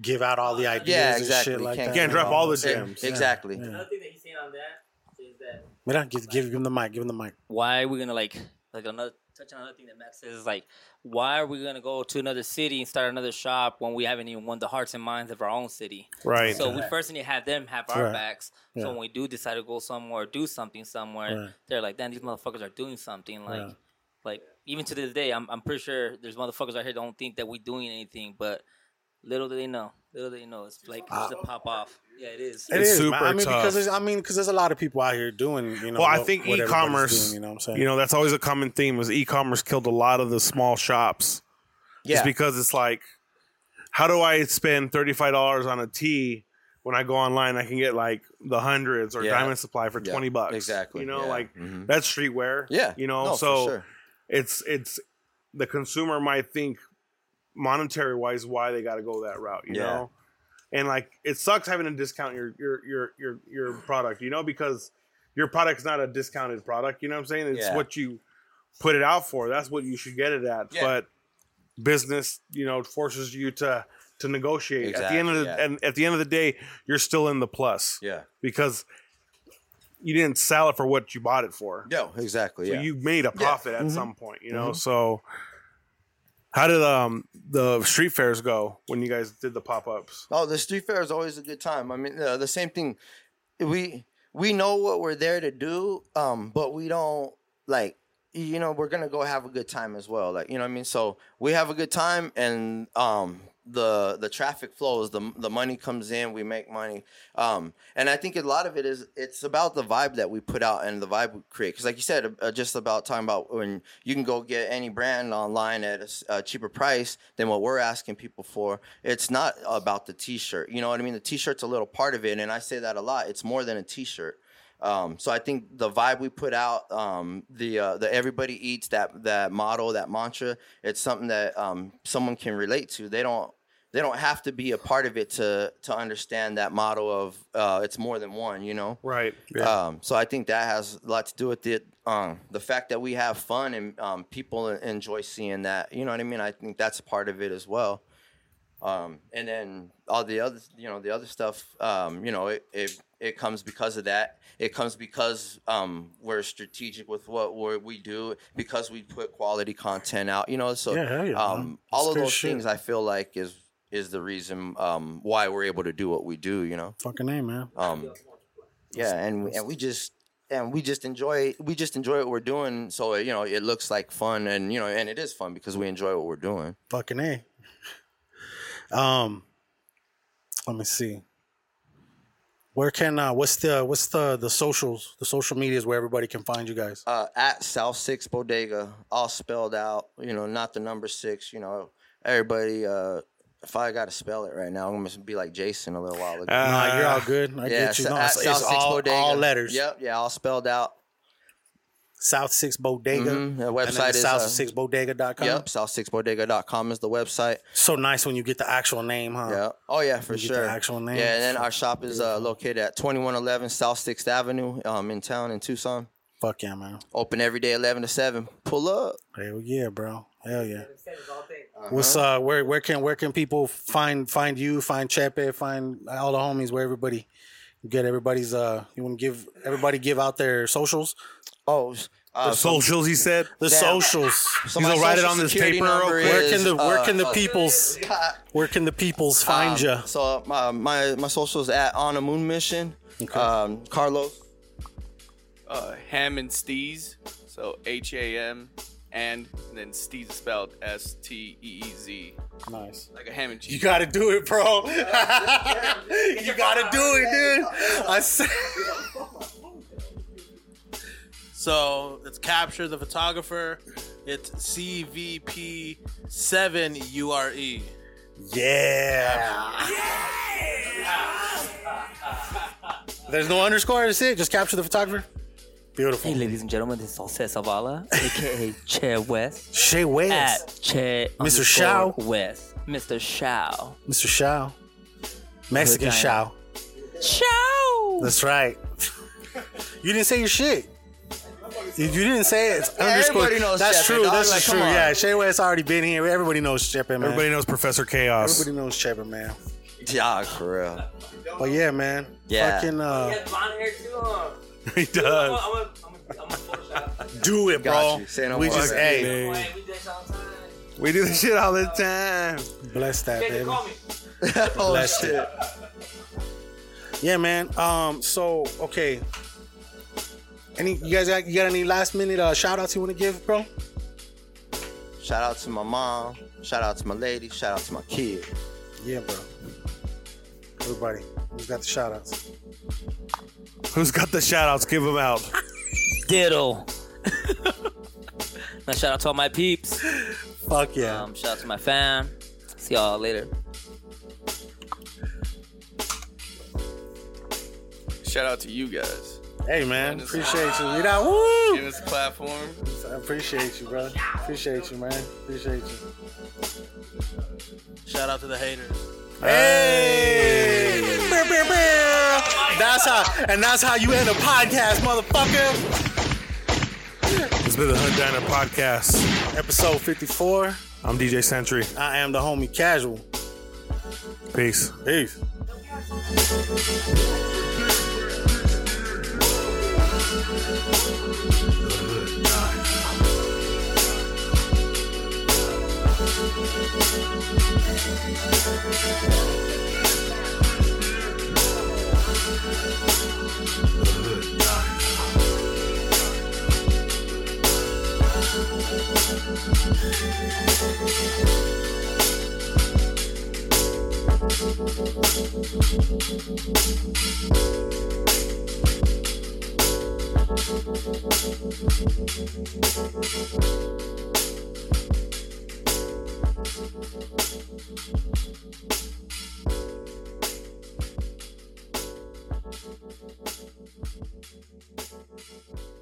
S3: give out all the ideas
S5: Uh, Yeah,
S3: and
S5: exactly.
S3: shit like
S5: Can't
S3: that.
S5: give
S2: drop
S5: out
S2: all the
S5: the-
S2: gems.
S5: Exactly.
S3: Yeah.
S4: Another thing that he's saying on that is that
S3: Mira, give, give him the mic. Give him the mic.
S10: why are we gonna like like another touch on another thing that Max says is like why are we gonna go to another city and start another shop when we haven't even won the hearts and minds of our own city?
S2: Right.
S10: So we first need to have them have our
S2: Right.
S10: backs.
S2: Yeah.
S10: So when we do decide to go somewhere or do something somewhere,
S2: Right.
S10: they're like, damn, these motherfuckers are doing something. Like
S3: Yeah.
S10: like even to this day, I'm I'm pretty sure there's motherfuckers out here that don't think that we're doing anything, but little do they know. Little do they know it's like
S3: Ah.
S10: it's a pop off. Yeah, it is.
S3: It is, man. I mean,
S2: tough.
S3: because there's, I mean, because there's a lot of people out here doing, you know.
S2: well, I
S3: what-
S2: think
S3: what everybody's
S2: e-commerce.
S3: doing, you know what I'm saying?
S2: that's always a common theme. Was e-commerce killed a lot of the small shops?
S3: Yeah.
S2: Just because it's like, how do I spend thirty five dollars on a tee when I go online? I can get like the hundreds or
S5: Yeah.
S2: Diamond Supply for
S5: Yeah,
S2: twenty bucks.
S5: exactly,
S2: You know,
S5: yeah.
S2: like
S5: Mhm.
S2: that's streetwear.
S5: Yeah,
S2: You know,
S5: no, for
S2: so
S5: sure.
S2: it's it's the consumer might think monetary wise why they got to go that route. You
S5: Yeah.
S2: know. And like it sucks having to discount your your your your your product, you know, because your product's not a discounted product. You know what I'm saying? It's
S5: Yeah.
S2: what you put it out for. That's what you should get it at.
S5: Yeah.
S2: But business, you know, forces you to to negotiate. at the end of the
S5: Exactly, yeah.
S2: and at the end of the day, you're still in the plus.
S5: Yeah.
S2: Because you didn't sell it for what you bought it for.
S5: No, exactly.
S2: So
S5: yeah.
S2: you made a
S5: Yeah.
S2: profit at
S5: Mhm.
S2: some point, you know.
S5: Mhm.
S2: So how did um the street fairs go when you guys did the pop ups?
S5: Oh, the street fair is always a good time. I mean, uh, the same thing. We we know what we're there to do, um, but we don't like you know we're gonna go have a good time as well. Like you know what I mean. So we have a good time, and um, the the traffic flows, the the money comes in, we make money, um, and I think a lot of it is it's about the vibe that we put out and the vibe we create. Because like you said, uh, just about talking about when you can go get any brand online at a s- a cheaper price than what we're asking people for. It's not about the t-shirt. You know what I mean? The t-shirt's a little part of it, and I say that a lot. It's more than a t-shirt. Um, so I think the vibe we put out, um, the uh, the everybody eats that that motto, that mantra, it's something that um, someone can relate to. They don't they don't have to be a part of it to to understand that motto of uh, it's more than one. You know,
S2: Right.
S5: um, so I think that has a lot to do with it. Um, the fact that we have fun and um, people en- enjoy seeing that. You know what I mean? I think that's a part of it as well. Um, and then all the other, you know, the other stuff. Um, you know, it, it it comes because of that. It comes because um, we're strategic with what we're, we do because we put quality content out. You know, so
S3: Yeah, hell yeah, man.
S5: um, all
S3: That's
S5: of
S3: good
S5: those
S3: shit.
S5: things I feel like is is the reason um, why we're able to do what we do. You know.
S3: Fucking name, man.
S5: Um, yeah, and we, and we just and we just enjoy we just enjoy what we're doing. So uh, you know, it looks like fun, and you know, and it is fun because we enjoy what we're doing.
S3: Fucking A. Um, let me see. Where can uh, what's the what's the the socials the social medias where everybody can find you guys?
S5: Uh, at South Six Bodega, all spelled out. You know, not the number six. You know, everybody. Uh, if I got to spell it right now, I'm gonna be like Jason a little while ago.
S3: nah, you're all good. Ah, I
S5: yeah,
S3: get you.
S5: so
S3: No,
S5: at
S3: it's,
S5: South
S3: it's
S5: Six
S3: all,
S5: Bodega.
S3: all letters.
S5: Yep, yeah, all spelled out.
S3: South Six Bodega.
S5: Mhm. The
S3: and then
S5: website is
S3: South
S5: uh,
S3: Six Bodega.com.
S5: Yep, south6bodega.com is the website.
S3: So nice when you get the actual name, huh?
S5: Yeah. Oh yeah, for
S3: You Uh, get the
S5: sure.
S3: actual name.
S5: Yeah, and then our shop is uh, located at 2111 South Sixth Avenue, um, in town in Tucson.
S3: Fuck yeah, man.
S5: Open every day, 11 to 7. Pull up.
S3: Hell yeah, bro. Hell yeah. What's uh where where can where can people find find you, find Chepe, find all the homies, where everybody get everybody's uh you wanna give everybody give out their socials?
S5: Oh
S2: The socials, he said.
S3: The
S2: Damn.
S3: socials.
S2: So He's my gonna write it social on this security paper real number quick.
S3: Where
S5: is,
S3: can the where
S5: uh,
S3: can the
S5: uh,
S3: peoples where can the peoples find
S5: Um,
S3: you?
S5: So uh, my my my socials at On a Moon Mission. Um, Carlos.
S8: Uh, Ham and Steez. So H A M and, and then Steez is spelled S T E E Z.
S3: Nice.
S8: Like a ham and cheese.
S3: You gotta do it, bro. you gotta do it, dude. I said.
S14: So it's capture the photographer. It's CVP seven
S3: E.
S14: URE.
S3: Yeah. There's no underscore. That's it. Just capture the photographer. Beautiful.
S10: Hey, ladies and gentlemen, this is Jose Zavala, aka Che West.
S3: Che West.
S10: At Che
S3: Mr.
S10: underscore
S3: Shao.
S10: West. Mr. Shao.
S3: Mr. Shao. Mexican
S10: Vagina.
S3: Shao.
S10: Shao.
S3: That's right. you didn't say your shit. You you didn't say it. It's
S2: Yeah,
S3: underscore.
S2: everybody knows
S3: That's
S2: Shepherd,
S3: true.
S2: dog.
S3: That's
S2: Like,
S3: true.
S2: come on.
S3: Yeah, Shea West already been here. Everybody knows Shepard, man.
S2: Everybody knows Professor Chaos.
S3: Everybody knows Shepard, man.
S5: Dog, for real.
S3: But yeah, man.
S2: Yeah.
S3: Fucking
S4: He
S3: uh,
S4: has blonde hair too, huh? Oh,
S2: he
S4: I'm
S2: does.
S4: gonna, I'm gonna, I'm gonna Photoshop.
S3: do it,
S2: Got
S3: bro.
S2: you. Say no
S3: we
S2: more,
S3: just
S2: man.
S3: hey,
S4: Hey, we do this all the time.
S2: We do this shit all the time.
S3: bless that,
S4: Jason,
S3: baby.
S4: call me.
S5: oh,
S3: Bless it. Yeah, man. Um, so okay. Any you guys got you got any last minute uh shout outs you wanna give, bro?
S5: Shout out to my mom. Shout out to my lady. Shout out to my kid.
S3: Yeah, bro. Everybody. Who's got the shout outs?
S2: Who's got the shout outs? Give them out.
S10: Diddle. now shout out to all my peeps.
S3: Fuck yeah.
S10: Um, shout out to my fam. See y'all later.
S8: Shout out to you guys.
S3: Hey man,
S8: us-
S3: appreciate you. You know, woo!
S8: Give us a platform.
S3: I appreciate you, brother. Appreciate you, man. Appreciate you.
S14: Shout out to the haters.
S3: Hey! Brr, brr, brr. That's how and that's how you end a podcast, motherfucker.
S2: It's been the Hood Diner Podcast.
S3: Episode 54.
S2: I'm DJ Sentry.
S3: I am the homie casual.
S2: Peace.
S3: Peace.
S11: Thank you.